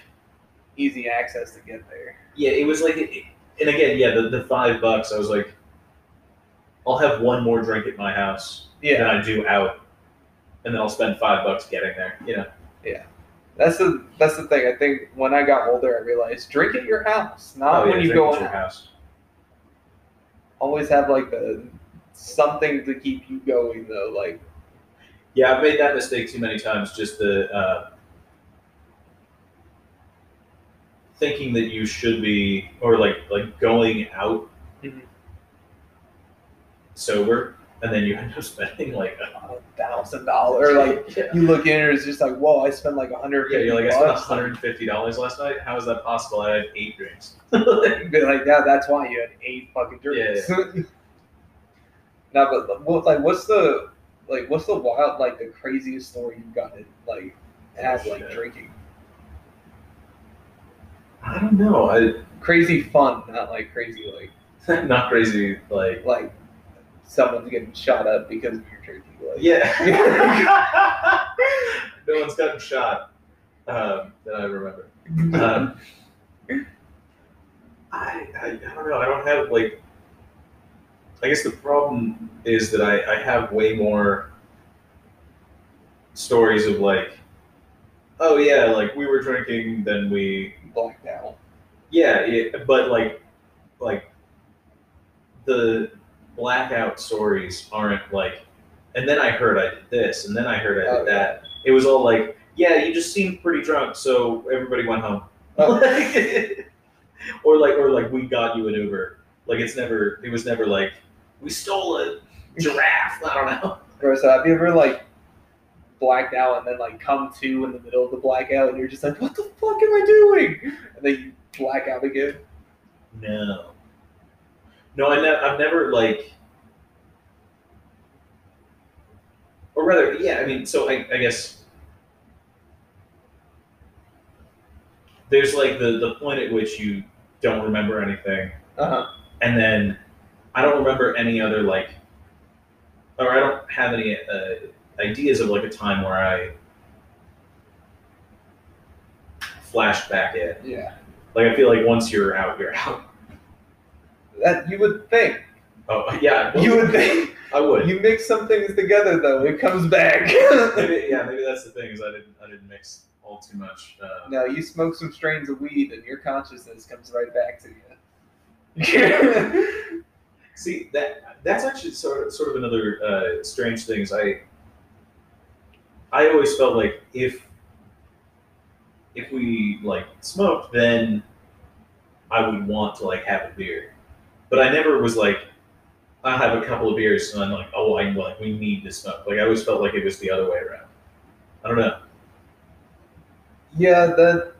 Speaker 1: Easy access to get there.
Speaker 2: yeah, it was like it, and again yeah, the, the five bucks I was like, I'll have one more drink at my house than
Speaker 1: Yeah,
Speaker 2: I do out, and then I'll spend five bucks getting there. You
Speaker 1: Uh,
Speaker 2: know,
Speaker 1: that's the that's the thing. I think when I got older, I realized drink at your house, not
Speaker 2: Oh, yeah,
Speaker 1: when you
Speaker 2: drink
Speaker 1: go
Speaker 2: at your
Speaker 1: out.
Speaker 2: house.
Speaker 1: Always have like the something to keep you going though. Like
Speaker 2: Yeah, I've made that mistake too many times. Just the uh, thinking that you should be, or like like going out
Speaker 1: Mhm.
Speaker 2: sober and then you end up spending like a
Speaker 1: thousand dollars. Or like
Speaker 2: yeah.
Speaker 1: you look in and it's just like, whoa, I spent like a hundred.
Speaker 2: Yeah, you're like, I spent $150 last night. How is that possible? I had eight drinks.
Speaker 1: Be like, yeah, that's why you had eight fucking drinks. no, but what, like, what's the like, what's the wild, like, the craziest story you've gotten like at like
Speaker 2: Shit.
Speaker 1: drinking?
Speaker 2: I don't know. I,
Speaker 1: Crazy fun, not like crazy like
Speaker 2: not crazy, like,
Speaker 1: like someone's getting shot up because you're drinking. Like,
Speaker 2: yeah. no one's gotten shot um, that I remember. Um, I, I, I don't know. I don't have, like, I guess the problem is that I, I have way more stories of, like, oh, yeah, like, we were drinking, then we
Speaker 1: blacked out.
Speaker 2: Yeah, yeah, but like, like the blackout stories aren't like. And then I heard I did this, and then I heard I did
Speaker 1: Oh, yeah.
Speaker 2: that. It was all like, yeah, you just seemed pretty drunk, so everybody went home.
Speaker 1: Oh.
Speaker 2: Like, or like, or like, we got you an Uber. Like, it's never. It was never like we stole a giraffe. I don't know.
Speaker 1: Bro, so have you ever like blacked out and then like come to in the middle of the blackout and you're just like, what the fuck am I doing? And then you black out again.
Speaker 2: No. No, I ne- I've never like. Or rather, yeah, I mean, so I, I guess. There's like the, the point at which you don't remember anything,
Speaker 1: Uh huh.
Speaker 2: and then I don't remember any other, like. Or I don't have any uh, ideas of like a time where I flashed back in.
Speaker 1: Yeah.
Speaker 2: Like, I feel like once you're out, you're out.
Speaker 1: That you would think.
Speaker 2: Oh yeah, I
Speaker 1: You would think.
Speaker 2: I would.
Speaker 1: You mix some things together though, it comes back.
Speaker 2: maybe, yeah, maybe that's the thing is I didn't I didn't mix all too much. Uh,
Speaker 1: no, you smoke some strains of weed and your consciousness comes right back to you.
Speaker 2: See that that's actually sort of, sort of another uh, strange thing is I I always felt like if if we like smoked then I would want to like have a beer, but I never was like I have a couple of beers and I'm like oh I like we need to smoke like I always felt like it was the other way around. I don't know.
Speaker 1: Yeah, that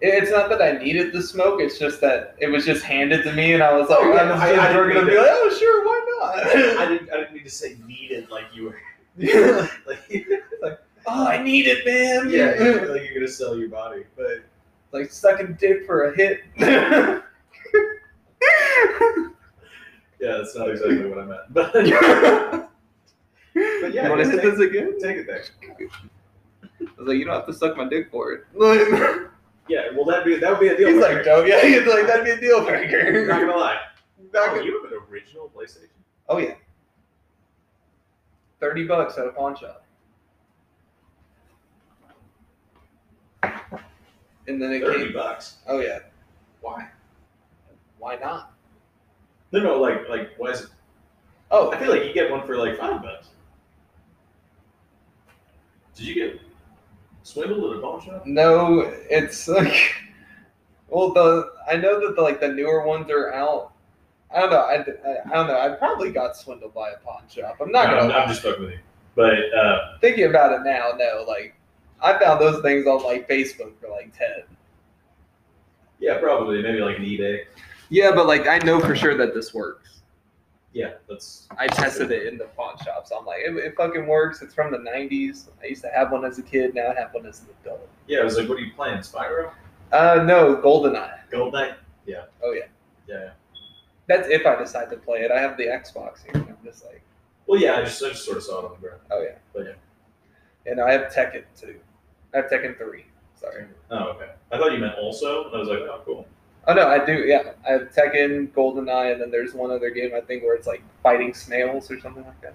Speaker 1: it's not that I needed the smoke. It's just that it was just handed to me, and I was like,
Speaker 2: Oh, yeah,
Speaker 1: I'm just
Speaker 2: I- I
Speaker 1: gonna
Speaker 2: didn't
Speaker 1: be
Speaker 2: either.
Speaker 1: like, oh sure, why
Speaker 2: I didn't I didn't mean to say needed like you were
Speaker 1: not?
Speaker 2: like
Speaker 1: oh, I need it, man.
Speaker 2: Yeah, you're, like you're gonna sell your body, but
Speaker 1: like sucking dick for a hit.
Speaker 2: yeah, that's not exactly what I meant. But, but yeah,
Speaker 1: you want to
Speaker 2: just
Speaker 1: hit
Speaker 2: take,
Speaker 1: this again?
Speaker 2: take it there.
Speaker 1: I was like, you don't have to suck my dick for it. Like,
Speaker 2: Yeah, well that be that would be a deal.
Speaker 1: He's
Speaker 2: breaker.
Speaker 1: like, no, yeah, he's like, that'd be a deal
Speaker 2: not
Speaker 1: breaker.
Speaker 2: gonna lie.
Speaker 1: Not
Speaker 2: Oh,
Speaker 1: gonna-
Speaker 2: you have an original PlayStation.
Speaker 1: Oh yeah, thirty bucks at a pawn shop. And then it
Speaker 2: Thirty
Speaker 1: came.
Speaker 2: bucks.
Speaker 1: Oh yeah,
Speaker 2: Why?
Speaker 1: why not?
Speaker 2: No, no, like like why is it?
Speaker 1: Oh,
Speaker 2: I feel like you get one for like five bucks. Did you get swindled at a pawn shop?
Speaker 1: no, it's like, well, the I know that the, like the newer ones are out. I don't know. I, I, I don't know. I probably got swindled by a pawn shop. I'm not
Speaker 2: No,
Speaker 1: gonna
Speaker 2: I'm,
Speaker 1: lie.
Speaker 2: I'm just fucking with you. But uh,
Speaker 1: thinking about it now. No, like I found those things on like Facebook for like ten.
Speaker 2: yeah, probably maybe like an eBay.
Speaker 1: Yeah, but like I know for sure that this works.
Speaker 2: Yeah, that's
Speaker 1: I tested it in the pawn shop, so I'm like, it, it fucking works. It's from the 90s. I used to have one as a kid. Now I have one as an adult.
Speaker 2: yeah. I was like, what are you playing, Spyro?
Speaker 1: Uh, no, GoldenEye.
Speaker 2: Gold Knight? Yeah.
Speaker 1: Oh, yeah.
Speaker 2: Yeah.
Speaker 1: That's if I decide to play it. I have the Xbox here. and I'm just like,
Speaker 2: Well, yeah, I just, I just sort of saw it on the ground.
Speaker 1: oh yeah.
Speaker 2: But yeah.
Speaker 1: And I have Tekken too. I have Tekken three. Sorry.
Speaker 2: Oh, okay. I thought you meant also, and I was like, oh, cool.
Speaker 1: Oh no, I do. Yeah, I have Tekken, GoldenEye, and then there's one other game I think where it's like fighting snails or something like that,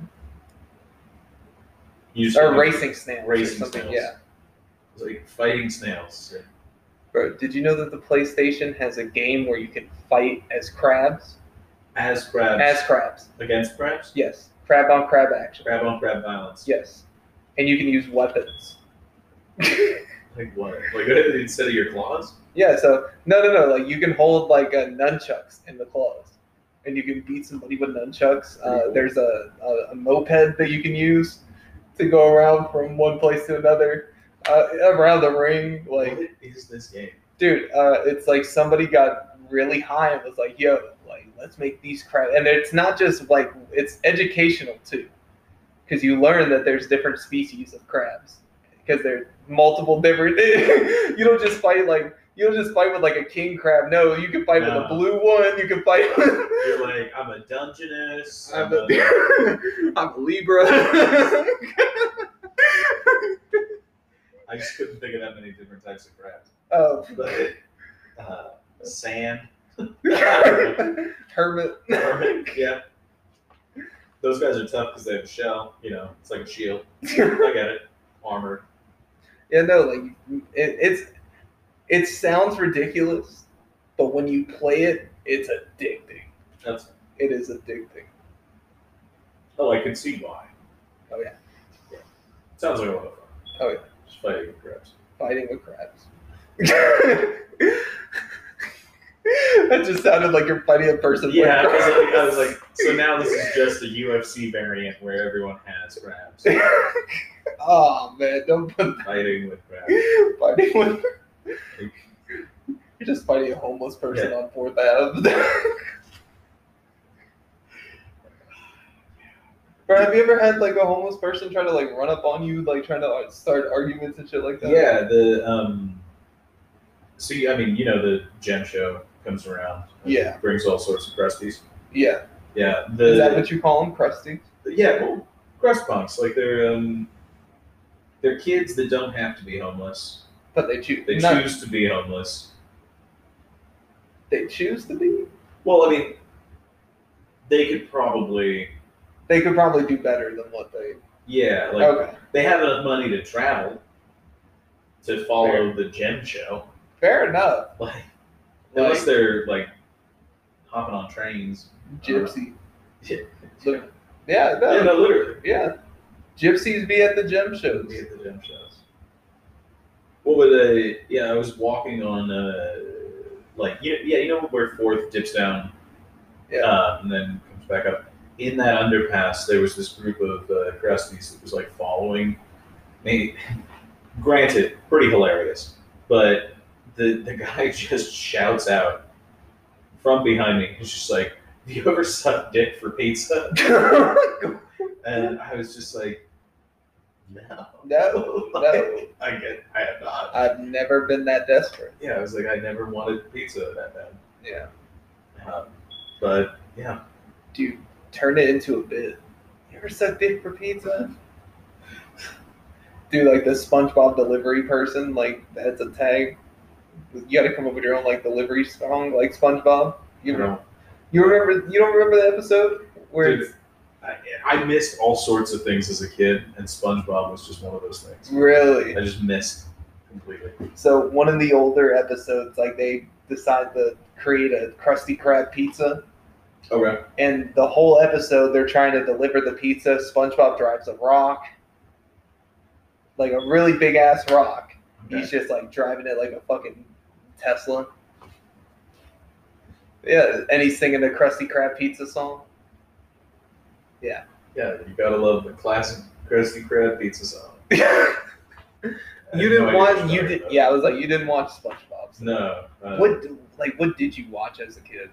Speaker 2: You just
Speaker 1: or racing snails
Speaker 2: Racing
Speaker 1: or something.
Speaker 2: snails.
Speaker 1: Yeah.
Speaker 2: It's like fighting snails.
Speaker 1: Bro, did you know that the PlayStation has a game where you can fight as crabs?
Speaker 2: As crabs.
Speaker 1: As crabs.
Speaker 2: against crabs?
Speaker 1: Yes. Crab on crab action.
Speaker 2: Crab on crab violence.
Speaker 1: Yes. And you can use weapons.
Speaker 2: Like what? Like instead of your claws?
Speaker 1: yeah, so no no no, like you can hold like uh, nunchucks in the claws. and you can beat somebody with nunchucks. Uh, There's a, a, a moped that you can use to go around from one place to another uh, around the ring. Like,
Speaker 2: what is this game?
Speaker 1: dude, uh, it's like somebody got really high and was like, "Yo, like let's make these crap." And it's not just like it's educational too, because you learn that there's different species of crabs because there's multiple different. you don't just fight like you don't just fight with like a king crab. No, you can fight with a
Speaker 2: No.
Speaker 1: blue one. You can fight.
Speaker 2: You're like, I'm a dungeness.
Speaker 1: I'm
Speaker 2: I'm
Speaker 1: a,
Speaker 2: a-
Speaker 1: I'm a Libra.
Speaker 2: I just couldn't think of that many different types of crabs.
Speaker 1: oh.
Speaker 2: But uh, sand,
Speaker 1: Hermit.
Speaker 2: hermit, yeah. Those guys are tough because they have a shell. You know, it's like a shield. I get it. Armor.
Speaker 1: Yeah, no, like it, it's it sounds ridiculous, but when you play it, it's addicting.
Speaker 2: That's.
Speaker 1: It is addicting.
Speaker 2: Oh, I can see why.
Speaker 1: Oh, yeah.
Speaker 2: Yeah. Sounds like a lot of fun.
Speaker 1: Oh, yeah.
Speaker 2: Just fighting with crabs.
Speaker 1: Fighting with crabs. that just sounded like you're fighting a person. with
Speaker 2: Yeah, 'cause, like, I was
Speaker 1: crabs.
Speaker 2: like, so now this is just a UFC variant where everyone has crabs.
Speaker 1: oh man, don't put
Speaker 2: Fighting with crabs.
Speaker 1: fighting with. You're just fighting a homeless person on Fourth Ave. Bro, have you ever had like a homeless person try to like run up on you, like trying to like, start arguments and shit like that?
Speaker 2: Yeah, the um. So you- I mean, you know, the gem show comes around. and
Speaker 1: Yeah.
Speaker 2: Brings all sorts of crusties.
Speaker 1: yeah.
Speaker 2: Yeah.
Speaker 1: Is that
Speaker 2: The
Speaker 1: what you call them, crusty?
Speaker 2: yeah, well, crust punks like they're um, they're kids that don't have to be homeless.
Speaker 1: But they choose.
Speaker 2: They
Speaker 1: not-
Speaker 2: choose to be homeless.
Speaker 1: They choose to be.
Speaker 2: Well, I mean, they could probably
Speaker 1: They could probably do better than what they.
Speaker 2: yeah, like
Speaker 1: okay,
Speaker 2: they have enough money to travel to follow the gem show.
Speaker 1: fair enough.
Speaker 2: Like,
Speaker 1: Like
Speaker 2: unless they're like hopping on trains.
Speaker 1: gypsy.
Speaker 2: Yeah.
Speaker 1: Look- Yeah, no,
Speaker 2: Yeah, no, literally.
Speaker 1: yeah. Gypsies be at the gym shows.
Speaker 2: Be at the gym shows. What were they? Yeah, I was walking on, uh, like, you, yeah, you know where fourth dips down
Speaker 1: Yeah.
Speaker 2: um, and then comes back up? In that underpass, there was this group of uh, Crusties that was like following me. Granted, pretty hilarious, but the, the guy just shouts out from behind me. He's just like, Do you ever suck dick for pizza? And I was just like, no.
Speaker 1: No, no.
Speaker 2: I get, I have not.
Speaker 1: I've never been that desperate.
Speaker 2: Yeah, I was like, I never wanted pizza that bad.
Speaker 1: Yeah.
Speaker 2: Um, but yeah,
Speaker 1: Dude, turn it into a bit. You ever suck dick for pizza? Dude, like the SpongeBob delivery person, like that's a tag. You gotta come up with your own like delivery song, like SpongeBob. You
Speaker 2: you know,
Speaker 1: you remember you don't remember the episode where
Speaker 2: Dude. I, I missed all sorts of things as a kid, and SpongeBob was just one of those
Speaker 1: it's
Speaker 2: things.
Speaker 1: really
Speaker 2: I just missed completely.
Speaker 1: So one of the older episodes, like they decide to create a Krusty Krab pizza,
Speaker 2: Okay.
Speaker 1: and the whole episode they're trying to deliver the pizza. SpongeBob drives a rock, like a really big ass rock. He's just like driving it like a fucking Tesla. Yeah, and he's singing the Krusty Krab pizza song.
Speaker 2: Yeah, you gotta love the classic Krusty Krab pizza song.
Speaker 1: you
Speaker 2: I had
Speaker 1: didn't
Speaker 2: no idea what
Speaker 1: watch.
Speaker 2: you're
Speaker 1: You
Speaker 2: talking
Speaker 1: did.
Speaker 2: about.
Speaker 1: Yeah, I was like, you didn't watch SpongeBob. so-
Speaker 2: No. Uh,
Speaker 1: What like what did you watch as a kid?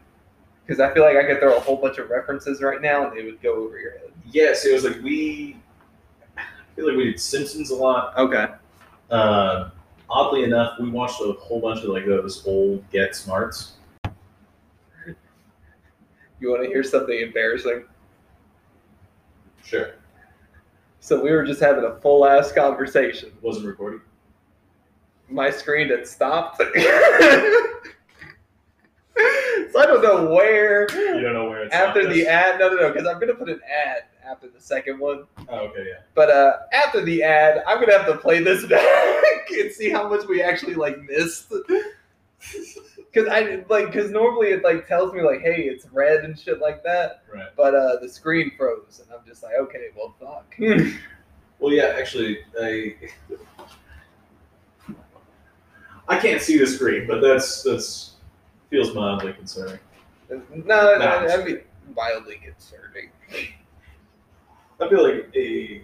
Speaker 1: Because I feel like I could throw a whole bunch of references right now and they would go over your head.
Speaker 2: Yes, it was like we. I feel like we did Simpsons a lot.
Speaker 1: Okay.
Speaker 2: uh, oddly enough, we watched a whole bunch of like those old Get Smarts.
Speaker 1: You want to hear something embarrassing?
Speaker 2: Sure,
Speaker 1: So we were just having a full ass conversation.
Speaker 2: it wasn't recording.
Speaker 1: My screen had stopped. so I don't know where.
Speaker 2: You don't know where it's
Speaker 1: After
Speaker 2: not
Speaker 1: the
Speaker 2: this-
Speaker 1: ad, no, no, no, because I'm gonna put an ad after the second one.
Speaker 2: Oh, okay, yeah.
Speaker 1: But uh, after the ad, I'm gonna have to play this back and see how much we actually like missed. Cause I like, cause normally it like tells me like, hey, it's red and shit like that.
Speaker 2: Right.
Speaker 1: But uh, the screen froze, and I'm just like, okay, well, fuck.
Speaker 2: Well, yeah. Actually, I I can't see the screen, but that's that's feels mildly concerning.
Speaker 1: No,
Speaker 2: Nah,
Speaker 1: that, would be wildly concerning.
Speaker 2: I feel like a,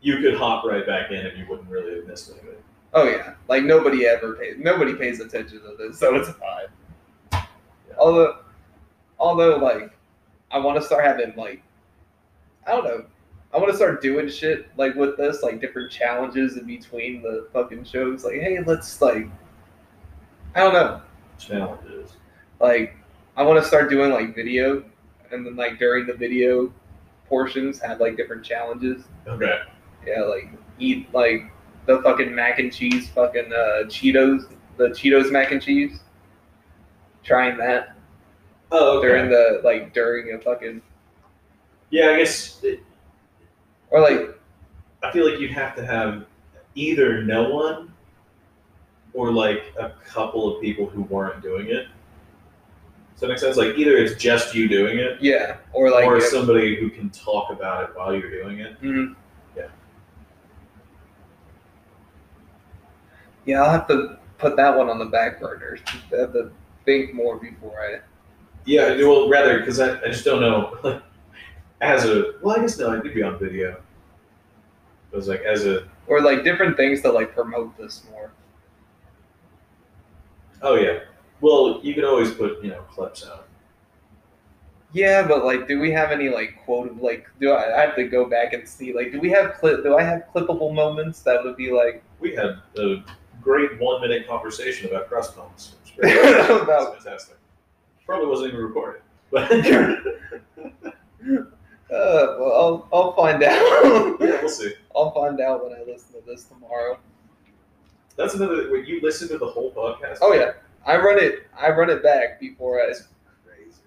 Speaker 2: you could hop right back in and you wouldn't really have missed anything.
Speaker 1: Oh yeah, like nobody ever pays. Nobody pays attention to this, so it's fine. Although, although like, I want to start having like, I don't know. I want to start doing shit like with this, like different challenges in between the fucking shows. Like, hey, let's like, I don't know.
Speaker 2: Challenges.
Speaker 1: Like, I want to start doing like video, and then like during the video portions, have like different challenges.
Speaker 2: Okay.
Speaker 1: Yeah, like eat like the fucking mac and cheese, fucking uh, Cheetos, the Cheetos mac and cheese. Trying that
Speaker 2: Oh, okay.
Speaker 1: during the like during a fucking
Speaker 2: yeah, I guess it,
Speaker 1: or like
Speaker 2: I feel like you'd have to have either no one or like a couple of people who weren't doing it. Does that make sense? Like either it's just you doing it
Speaker 1: yeah or like
Speaker 2: or
Speaker 1: yeah,
Speaker 2: somebody who can talk about it while you're doing it.
Speaker 1: mhm.
Speaker 2: Yeah.
Speaker 1: Yeah, I'll have to put that one on the back burner. I have to think more before I.
Speaker 2: Yeah, well, rather because I, I just don't know. as a well, I guess no, I did be on video. It was like as a
Speaker 1: Or like different things to like promote this more.
Speaker 2: oh yeah. Well, you could always put you know clips out.
Speaker 1: Yeah, but like, do we have any like quote? Like, do I, I have to go back and see? Like, do we have clip? Do I have clippable moments that would be like?
Speaker 2: We had a great one minute conversation about cross pumps.
Speaker 1: About-
Speaker 2: fantastic. Probably wasn't even recorded, but yeah,
Speaker 1: uh, well, I'll, I'll find out.
Speaker 2: we'll see.
Speaker 1: I'll find out when I listen to this tomorrow.
Speaker 2: That's another when you listen to the whole podcast.
Speaker 1: Oh yeah, I run it. I run it back before I
Speaker 2: that's crazy.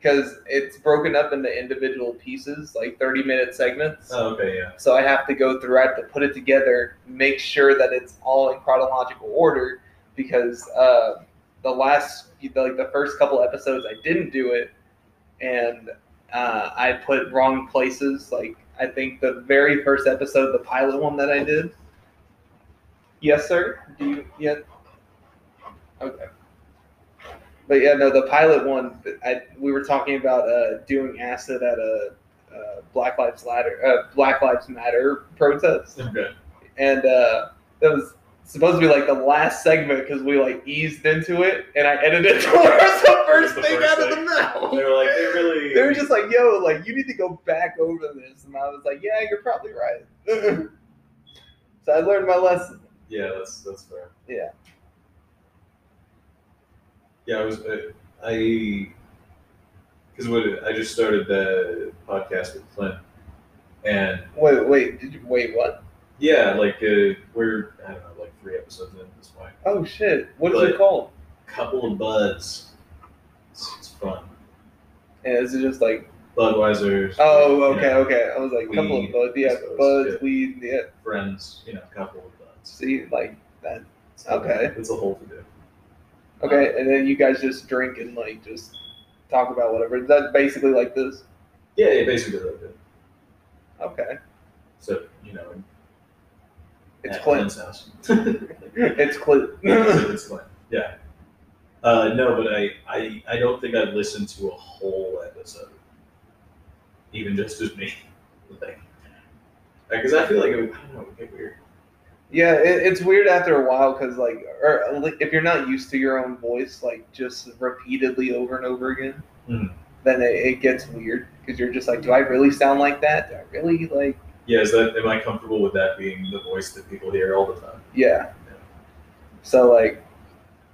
Speaker 1: because it's broken up into individual pieces, like thirty minute segments.
Speaker 2: Oh, okay, yeah.
Speaker 1: So I have to go through, I have to put it together, make sure that it's all in chronological order because uh, the last, like the first couple episodes, I didn't do it and uh, I put wrong places. Like I think the very first episode, the pilot one that I did. Yes, sir. Do you? Yeah. Okay. But yeah, no, the pilot one. I we were talking about uh, doing acid at a uh, Black Lives Matter uh, Black Lives Matter protest,
Speaker 2: Okay.
Speaker 1: and uh, that was supposed to be like the last segment because we like eased into it, and I edited towards the first
Speaker 2: The
Speaker 1: thing
Speaker 2: first
Speaker 1: out of the
Speaker 2: thing.
Speaker 1: mouth.
Speaker 2: They were like, they really.
Speaker 1: They were just like, yo, like, you need to go back over this. And I was like, yeah, you're probably right. so I learned my lesson.
Speaker 2: Yeah, that's that's fair.
Speaker 1: Yeah.
Speaker 2: Yeah, I was I- I because what I just started the podcast with Clint, and
Speaker 1: Wait, wait, did you, wait, what?
Speaker 2: yeah, like uh, we're I don't know like three episodes in at this point.
Speaker 1: Oh, shit. What is
Speaker 2: But-
Speaker 1: it called?
Speaker 2: Couple of buds, it's, it's fun.
Speaker 1: And is it just like,
Speaker 2: Budweiser's.
Speaker 1: oh, okay,
Speaker 2: you know,
Speaker 1: okay. I was like, couple of
Speaker 2: Weed,
Speaker 1: buds, yeah,
Speaker 2: I suppose,
Speaker 1: buds,
Speaker 2: yeah.
Speaker 1: weed, yeah.
Speaker 2: friends, you know, couple of buds.
Speaker 1: See, like, that. Okay.
Speaker 2: It's a whole to do.
Speaker 1: Okay, and then you guys just drink and, like, just talk about whatever. That's basically like this.
Speaker 2: Yeah, yeah, basically like that.
Speaker 1: Okay.
Speaker 2: So you know,
Speaker 1: It's
Speaker 2: at
Speaker 1: Clint.
Speaker 2: Clint's house.
Speaker 1: It's Clint.
Speaker 2: it's fine. Yeah. Uh, no, but I, I, I don't think I've listened to a whole episode, even just as me. like, because I feel like it, would- I don't know, it would get weird.
Speaker 1: Yeah, it, it's weird after a while because, like, or like, if you're not used to your own voice, like, just repeatedly over and over again,
Speaker 2: Hmm.
Speaker 1: then it, it gets weird because you're just like, do I really sound like that? Do I really like?
Speaker 2: Yeah, is that am I comfortable with that being the voice that people hear all the time?
Speaker 1: Yeah. So like,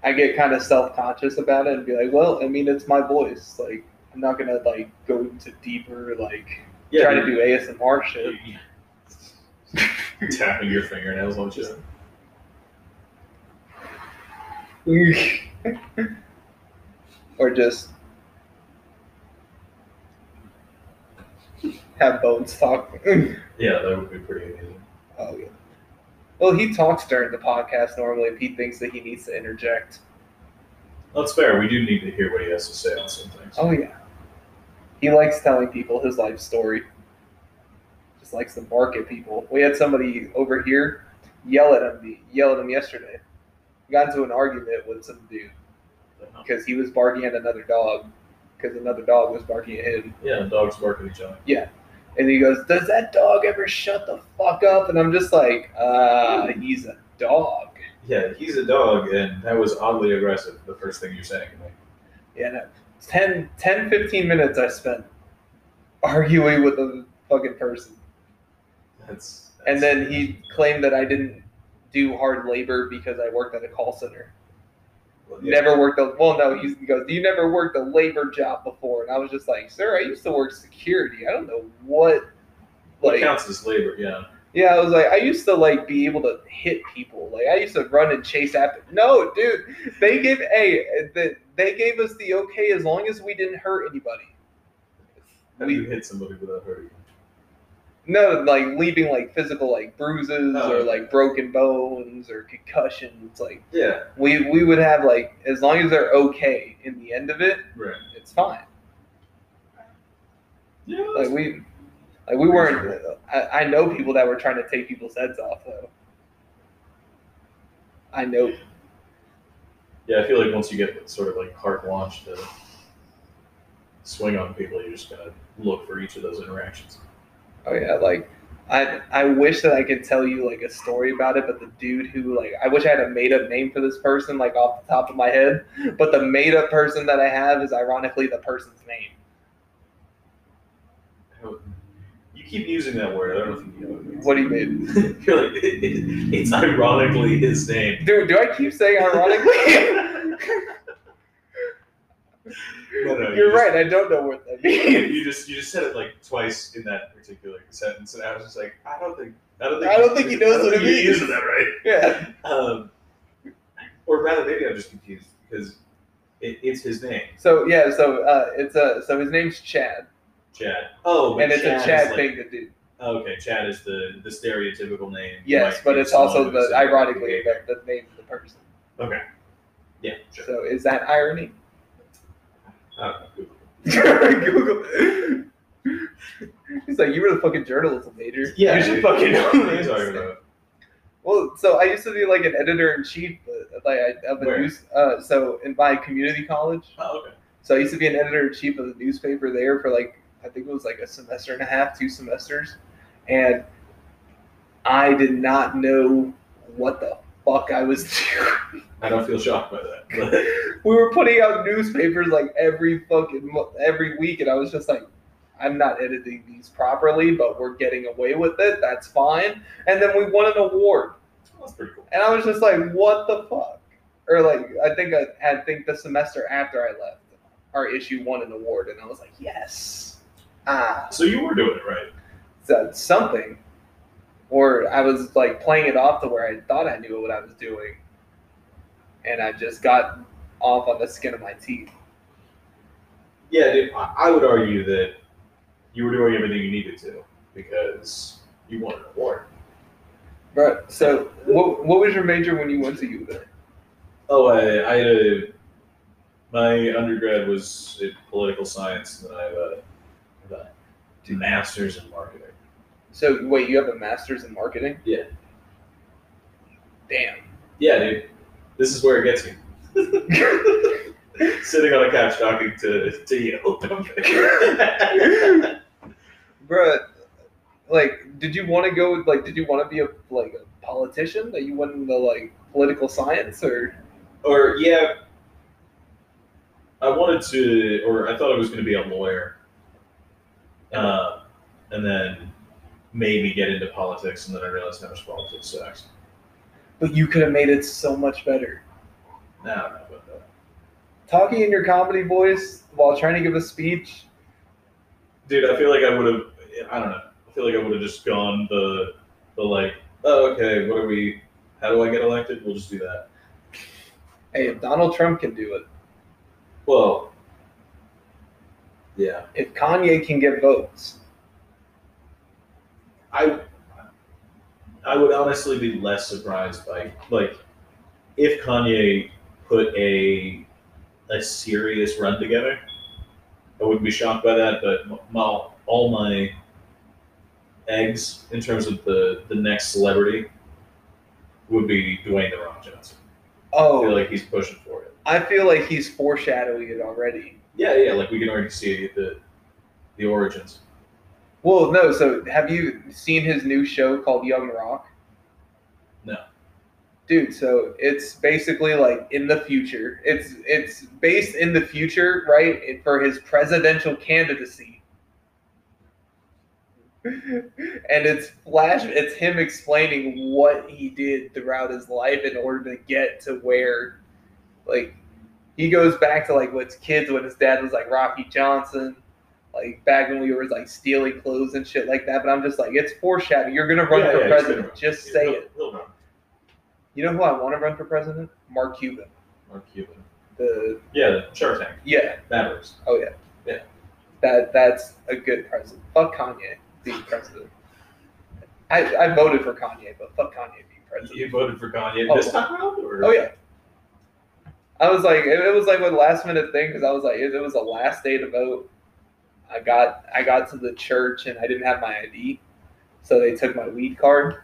Speaker 1: I get kind of self conscious about it and be like, well, I mean, it's my voice. Like, I'm not gonna like go into deeper like
Speaker 2: Yeah,
Speaker 1: try to
Speaker 2: you're-
Speaker 1: do ASMR shit.
Speaker 2: you're tapping your fingernails on shit.
Speaker 1: or just have Bones talk. oh
Speaker 2: Yeah, that would be pretty amazing.
Speaker 1: yeah. Well, he talks during the podcast normally if he thinks that he needs to interject.
Speaker 2: That's fair. We do need to hear what he has to say on some things.
Speaker 1: Oh yeah. He likes telling people his life story. Just likes to bark at people. We had somebody over here yell at him yell at him yesterday. Got into an argument with some dude.
Speaker 2: Uh-huh.
Speaker 1: because he was barking at another dog because another dog was barking at him.
Speaker 2: Yeah, and dogs bark at each other.
Speaker 1: And he goes, Does that dog ever shut the fuck up? And I'm just like, Uh, he's a dog.
Speaker 2: Yeah, he's a dog, and that was oddly aggressive. The first thing you're saying, like,
Speaker 1: Yeah, no. 10, 10, 15 minutes I spent arguing with a fucking person.
Speaker 2: that's, that's.
Speaker 1: And then he claimed that I didn't do hard labor because I worked at a call center.
Speaker 2: Well, yeah.
Speaker 1: Never worked a well, no, he's, he goes, You never worked a labor job before. And I was just like, Sir, I used to work security. I don't know what
Speaker 2: What
Speaker 1: like
Speaker 2: counts as labor? Yeah.
Speaker 1: Yeah, I was like, I used to like be able to hit people. Like I used to run and chase after. No, dude, they gave a they, they gave us the okay as long as we didn't hurt anybody.
Speaker 2: How do
Speaker 1: We-
Speaker 2: you hit somebody without hurting? them?
Speaker 1: No, like leaving like physical like bruises
Speaker 2: Oh,
Speaker 1: or
Speaker 2: yeah.
Speaker 1: like broken bones or concussions. Like
Speaker 2: Yeah.
Speaker 1: we we would have like as long as they're okay in the end of it,
Speaker 2: Right.
Speaker 1: it's fine.
Speaker 2: Yeah.
Speaker 1: Like we like we weren't. I, I know people that were trying to take people's heads off though. I know
Speaker 2: Yeah, I feel like once you get sort of like carte blanche to swing on people, you're just gonna look for each of those interactions.
Speaker 1: Oh yeah, like I I wish that I could tell you like a story about it, but the dude who like I wish I had a made up name for this person like off the top of my head, but the made up person that I have is ironically the person's name.
Speaker 2: You keep using that word. I don't know if you know what it
Speaker 1: What
Speaker 2: means.
Speaker 1: do you mean?
Speaker 2: You're like, it, it, it's ironically his name.
Speaker 1: Dude, do I keep saying ironically?
Speaker 2: No, no, you
Speaker 1: You're
Speaker 2: just-
Speaker 1: right. I don't know what that means.
Speaker 2: you just you just said it like twice in that particular sentence, and I was just like, I don't think I don't think
Speaker 1: I don't think he knows
Speaker 2: I don't
Speaker 1: what it
Speaker 2: think he
Speaker 1: means.
Speaker 2: Using that right.
Speaker 1: Yeah.
Speaker 2: Um, or rather, maybe I'm just confused because it, it's his name,
Speaker 1: So yeah. So uh, it's a so his name's Chad,
Speaker 2: Chad. Oh, but
Speaker 1: and it's
Speaker 2: Chad
Speaker 1: a
Speaker 2: is
Speaker 1: Chad
Speaker 2: like-
Speaker 1: thing to do.
Speaker 2: Okay, Chad is the the stereotypical name.
Speaker 1: Yes,
Speaker 2: Like,
Speaker 1: but it's
Speaker 2: someone
Speaker 1: also
Speaker 2: who's
Speaker 1: the
Speaker 2: a-
Speaker 1: ironically the, the name of the person.
Speaker 2: Yeah, sure.
Speaker 1: So is that irony?
Speaker 2: Uh, Google.
Speaker 1: Google. He's like, you were the fucking journalism major.
Speaker 2: Yeah,
Speaker 1: you should
Speaker 2: dude.
Speaker 1: fucking know
Speaker 2: What are you
Speaker 1: this."
Speaker 2: talking about?
Speaker 1: Well, so I used to be like an editor in chief, but like I, of a
Speaker 2: Where?
Speaker 1: news. Uh, so in my community college,
Speaker 2: Oh, okay.
Speaker 1: so I used to be an editor in chief of the newspaper there for like I think it was like a semester and a half, two semesters, and I did not know what the fuck I was doing.
Speaker 2: I don't feel shocked by that. But
Speaker 1: we were putting out newspapers like every fucking mo- every week, and I was just like, I'm not editing these properly, but we're getting away with it. That's fine. And then we won an award,
Speaker 2: that's pretty cool.
Speaker 1: and I was just like, what the fuck? Or like, I think I, I think the semester after I left, our issue won an award, and I was like, yes, ah,
Speaker 2: So you were doing it right.
Speaker 1: so- something. Or I was like playing it off to where I thought I knew what I was doing, and I just got off on the skin of my teeth.
Speaker 2: Yeah, dude, I, I would argue that you were doing everything you needed to because you won an award.
Speaker 1: Right. So, what, what was your major when you went to U there?
Speaker 2: Oh, I, I had a. My undergrad was in political science, and then I have a, I have a master's in marketing.
Speaker 1: So, wait, you have a master's in marketing?
Speaker 2: Yeah.
Speaker 1: Damn.
Speaker 2: Yeah, dude, this is where it gets me. Sitting on a couch talking to, to you.
Speaker 1: Bruh, like, did you want to go, like, did you want to be a, like, a politician that you went into, like, political science or?
Speaker 2: or, yeah, I wanted to, or I thought I was going to be a lawyer. Uh, and then maybe get into politics, and then I realized how much politics sucks.
Speaker 1: But you could have made it so much better.
Speaker 2: Nah, I don't know about that.
Speaker 1: Talking in your comedy voice while trying to give a speech.
Speaker 2: Dude, I feel like I would have, I don't know, I feel like I would have just gone the, the like, oh, okay, what are we, how do I get elected? We'll just do that.
Speaker 1: Hey, if Donald Trump can do it,
Speaker 2: Well, yeah,
Speaker 1: if Kanye can get votes,
Speaker 2: I I would honestly be less surprised by like if Kanye put a a serious run together. I wouldn't be shocked by that, but m- my, all my eggs in terms of the the next celebrity would be Dwayne the Rock Johnson. I feel
Speaker 1: Oh,
Speaker 2: like he's pushing for it.
Speaker 1: I feel like he's foreshadowing it already.
Speaker 2: Yeah, yeah, like we can already see the the origins.
Speaker 1: Well, no. So, have you seen his new show called Young Rock?
Speaker 2: No.
Speaker 1: Dude, so it's basically like in the future. It's it's based in the future, right? it- For his presidential candidacy. and it's flash it's him explaining what he did throughout his life in order to get to where like he goes back to like what's kids when his dad was like Rocky Johnson like back when we were like stealing clothes and shit like that. But I'm just like, it's foreshadowing. You're gonna run
Speaker 2: Yeah,
Speaker 1: for
Speaker 2: yeah, he's
Speaker 1: president.
Speaker 2: gonna-
Speaker 1: Just
Speaker 2: yeah,
Speaker 1: say
Speaker 2: he'll-
Speaker 1: it.
Speaker 2: he'll run.
Speaker 1: You know who I want to run for president? Mark Cuban.
Speaker 2: Mark Cuban.
Speaker 1: The
Speaker 2: Yeah, the Shark Tank.
Speaker 1: yeah,
Speaker 2: That works.
Speaker 1: that that's a good president. Fuck Kanye being president. I, I voted for Kanye, but fuck Kanye being president.
Speaker 2: You voted for Kanye
Speaker 1: Oh.
Speaker 2: this time around? Or?
Speaker 1: Oh yeah. I was like, it, it was like one last minute thing because I was like, it, it was the last day to vote. I got I got to the church and I didn't have my ID, so they took my weed card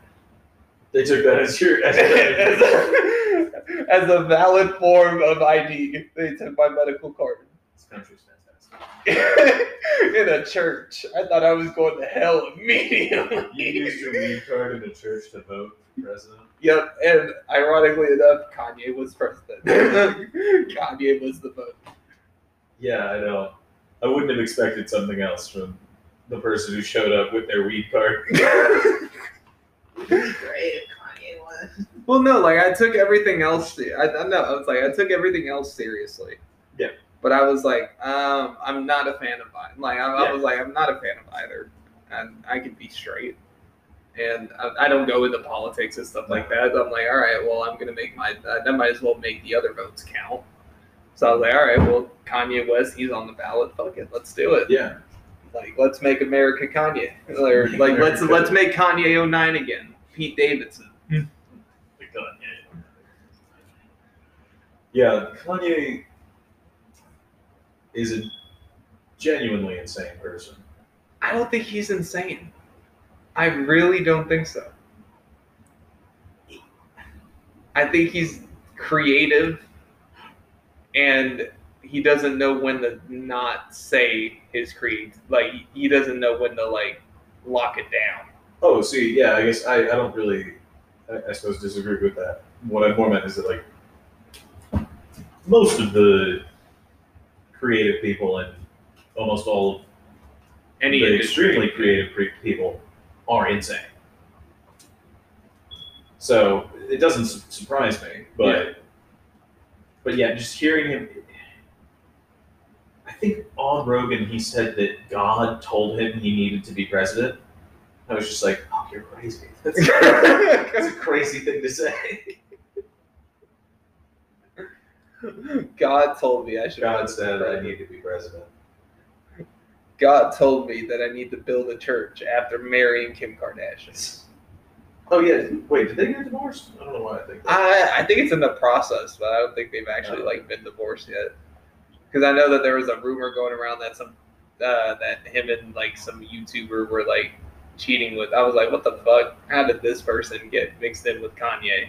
Speaker 2: They took that as your. As
Speaker 1: as, a, as a valid form of ID. They took my medical card
Speaker 2: this country's fantastic.
Speaker 1: in a church. I thought I was going to hell immediately.
Speaker 2: You used your lead card in the church to vote for president.
Speaker 1: Yep, and ironically enough, Kanye was president. Kanye was the vote.
Speaker 2: Yeah, I know. I wouldn't have expected something else from the person who showed up with their weed card.
Speaker 1: Well, no, like I took everything else. se- I I know I was like I took everything else seriously.
Speaker 2: Yeah.
Speaker 1: But I was like, um, I'm not a fan of either. Like I, I
Speaker 2: Yeah.
Speaker 1: was like, I'm not a fan of either, and I can be straight, and I, I don't go into politics and stuff like that. I'm like, all right, well, I'm gonna make my. I might as well make the other votes count. So I was like, all right, well, Kanye West, he's on the ballot. Fuck it, let's do it.
Speaker 2: Yeah.
Speaker 1: Like, let's make America Kanye, or like let's let's make Kanye 09 again. Pete Davidson.
Speaker 2: The Kanye. Yeah, Kanye is a genuinely insane person.
Speaker 1: I don't think he's insane. I really don't think so. I think he's creative and he doesn't know when to not say his creed. Like he doesn't know when to like lock it down.
Speaker 2: Oh, see, yeah, I guess I, I don't really, I, I suppose, disagree with that. What I more meant is that, like, most of the creative people and almost all of
Speaker 1: Any
Speaker 2: the
Speaker 1: industry.
Speaker 2: extremely creative pre- people are insane. So it doesn't su- surprise me, but but yeah, just hearing him. I think on Rogan he said that God told him he needed to be president. I was just like, oh, you're crazy. That's, that's a crazy thing to say.
Speaker 1: God told me I should
Speaker 2: God said I need to be president.
Speaker 1: God told me that I need to build a church after marrying Kim Kardashian.
Speaker 2: Oh yeah, wait, did they get divorced? I don't know why I think. That.
Speaker 1: I, I think it's in the process, but I don't think they've actually
Speaker 2: Oh.
Speaker 1: like been divorced yet. Because I know that there was a rumor going around that some uh, that him and like some YouTuber were like cheating with. I was like, what the fuck? How did this person get mixed in with Kanye?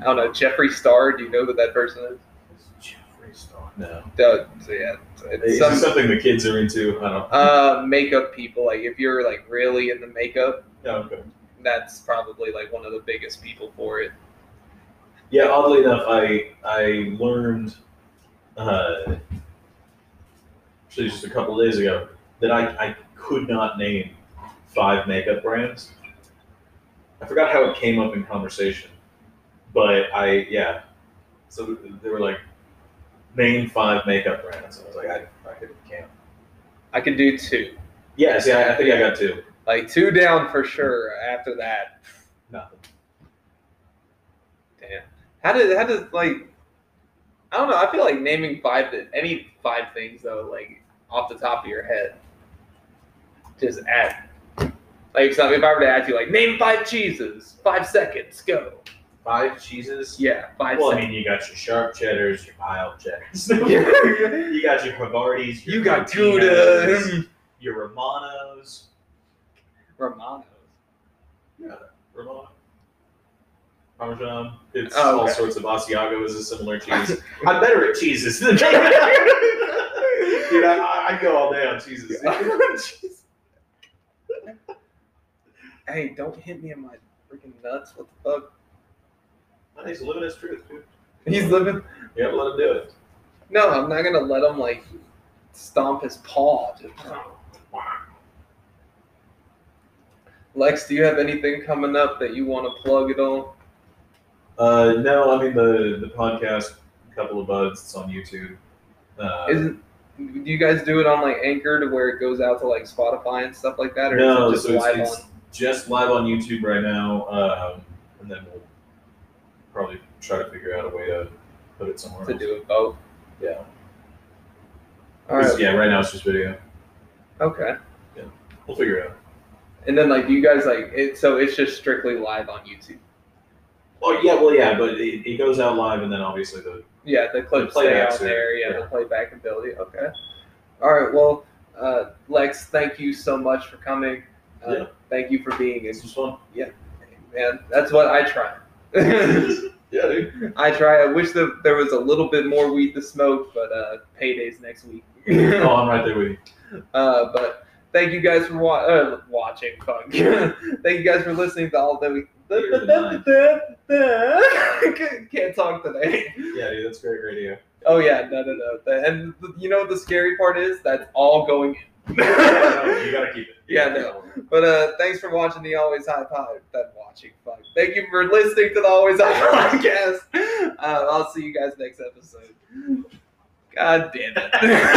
Speaker 1: I don't know. Jeffree Star. Do you know who that person is?
Speaker 2: Jeffree Star. No.
Speaker 1: Uh, so yeah, it's
Speaker 2: Is
Speaker 1: some
Speaker 2: this something the kids are into? I don't
Speaker 1: uh, makeup people. Like if you're like really into makeup,
Speaker 2: know. Okay.
Speaker 1: that's probably like one of the biggest people for it.
Speaker 2: Yeah, oddly enough, I I learned uh, actually just a couple days ago that I, I could not name five makeup brands. I forgot how it came up in conversation, but I yeah. So they were like, name five makeup brands. I was like, I, I could, can't.
Speaker 1: I could do two.
Speaker 2: Yeah, see, I, I think I got two.
Speaker 1: Like two down for sure. After that,
Speaker 2: Nothing.
Speaker 1: Damn. How did how does like I don't know, I feel like naming five th- any five things though, like off the top of your head. Just add like so if I were to ask you like name five cheeses, five seconds, go.
Speaker 2: Five cheeses.
Speaker 1: Yeah, five
Speaker 2: Well, I
Speaker 1: seconds.
Speaker 2: mean, you got your sharp cheddars, your mild cheddars.
Speaker 1: Yeah.
Speaker 2: You got your Havartis. Your
Speaker 1: you got
Speaker 2: Cortinas,
Speaker 1: Gouda
Speaker 2: Your Romanos.
Speaker 1: Romano's.
Speaker 2: Romano. Parmesan. It's
Speaker 1: Oh,
Speaker 2: all
Speaker 1: okay.
Speaker 2: sorts of Asiago is a similar cheese. I'm better at cheeses than they are. Dude, I, I- I go all day on cheeses.
Speaker 1: hey, don't hit me in my freaking nuts. What the fuck?
Speaker 2: He's living his truth, dude.
Speaker 1: He's living.
Speaker 2: Yeah, let him do it.
Speaker 1: No, I'm not gonna let him like stomp his paw. Dude. Lex, do you have anything coming up that you want to plug at all?
Speaker 2: Uh, no, I mean the the podcast, couple of buds. It's on YouTube. Uh,
Speaker 1: Isn't do you guys do it on like Anchor to where it goes out to like Spotify and stuff like that, or
Speaker 2: no,
Speaker 1: is it
Speaker 2: so
Speaker 1: just
Speaker 2: it's,
Speaker 1: live
Speaker 2: it's
Speaker 1: on?
Speaker 2: just live on YouTube right now, um, and then we'll probably try to figure out a way to put it somewhere.
Speaker 1: To
Speaker 2: else.
Speaker 1: do it both.
Speaker 2: Yeah.
Speaker 1: All right.
Speaker 2: Yeah, right now it's just video.
Speaker 1: Okay.
Speaker 2: We'll figure it out.
Speaker 1: And then like you guys like it, so it's just strictly live on YouTube.
Speaker 2: Oh yeah, well yeah, but it, it goes out live, and then obviously the
Speaker 1: Yeah, the clips
Speaker 2: The
Speaker 1: stay
Speaker 2: playback
Speaker 1: out
Speaker 2: too,
Speaker 1: there. Yeah,
Speaker 2: yeah.
Speaker 1: the playback ability. Okay. All right. Well, uh, Lex, thank you so much for coming. Uh,
Speaker 2: Yeah.
Speaker 1: Thank you for being in.
Speaker 2: it's just fun.
Speaker 1: Man, that's what I try.
Speaker 2: yeah, dude.
Speaker 1: I try. I wish that there was a little bit more weed to smoke, but uh, paydays next week.
Speaker 2: oh, I'm right there with you.
Speaker 1: Uh, but thank you guys for wa- uh, watching. Fuck. thank you guys for listening to all that we.
Speaker 2: You're the
Speaker 1: Can't- Can't talk today.
Speaker 2: Yeah, dude, that's great radio.
Speaker 1: Oh yeah, no, no, no. The- And th- you know what the scary part is? That's all going in.
Speaker 2: No, you gotta keep it. You
Speaker 1: Yeah,
Speaker 2: gotta
Speaker 1: no.
Speaker 2: keep it.
Speaker 1: but uh, thanks for watching the Always High Pod. That watching, fuck. Thank you for listening to the Always High podcast. Uh, I'll see you guys next episode. God damn it.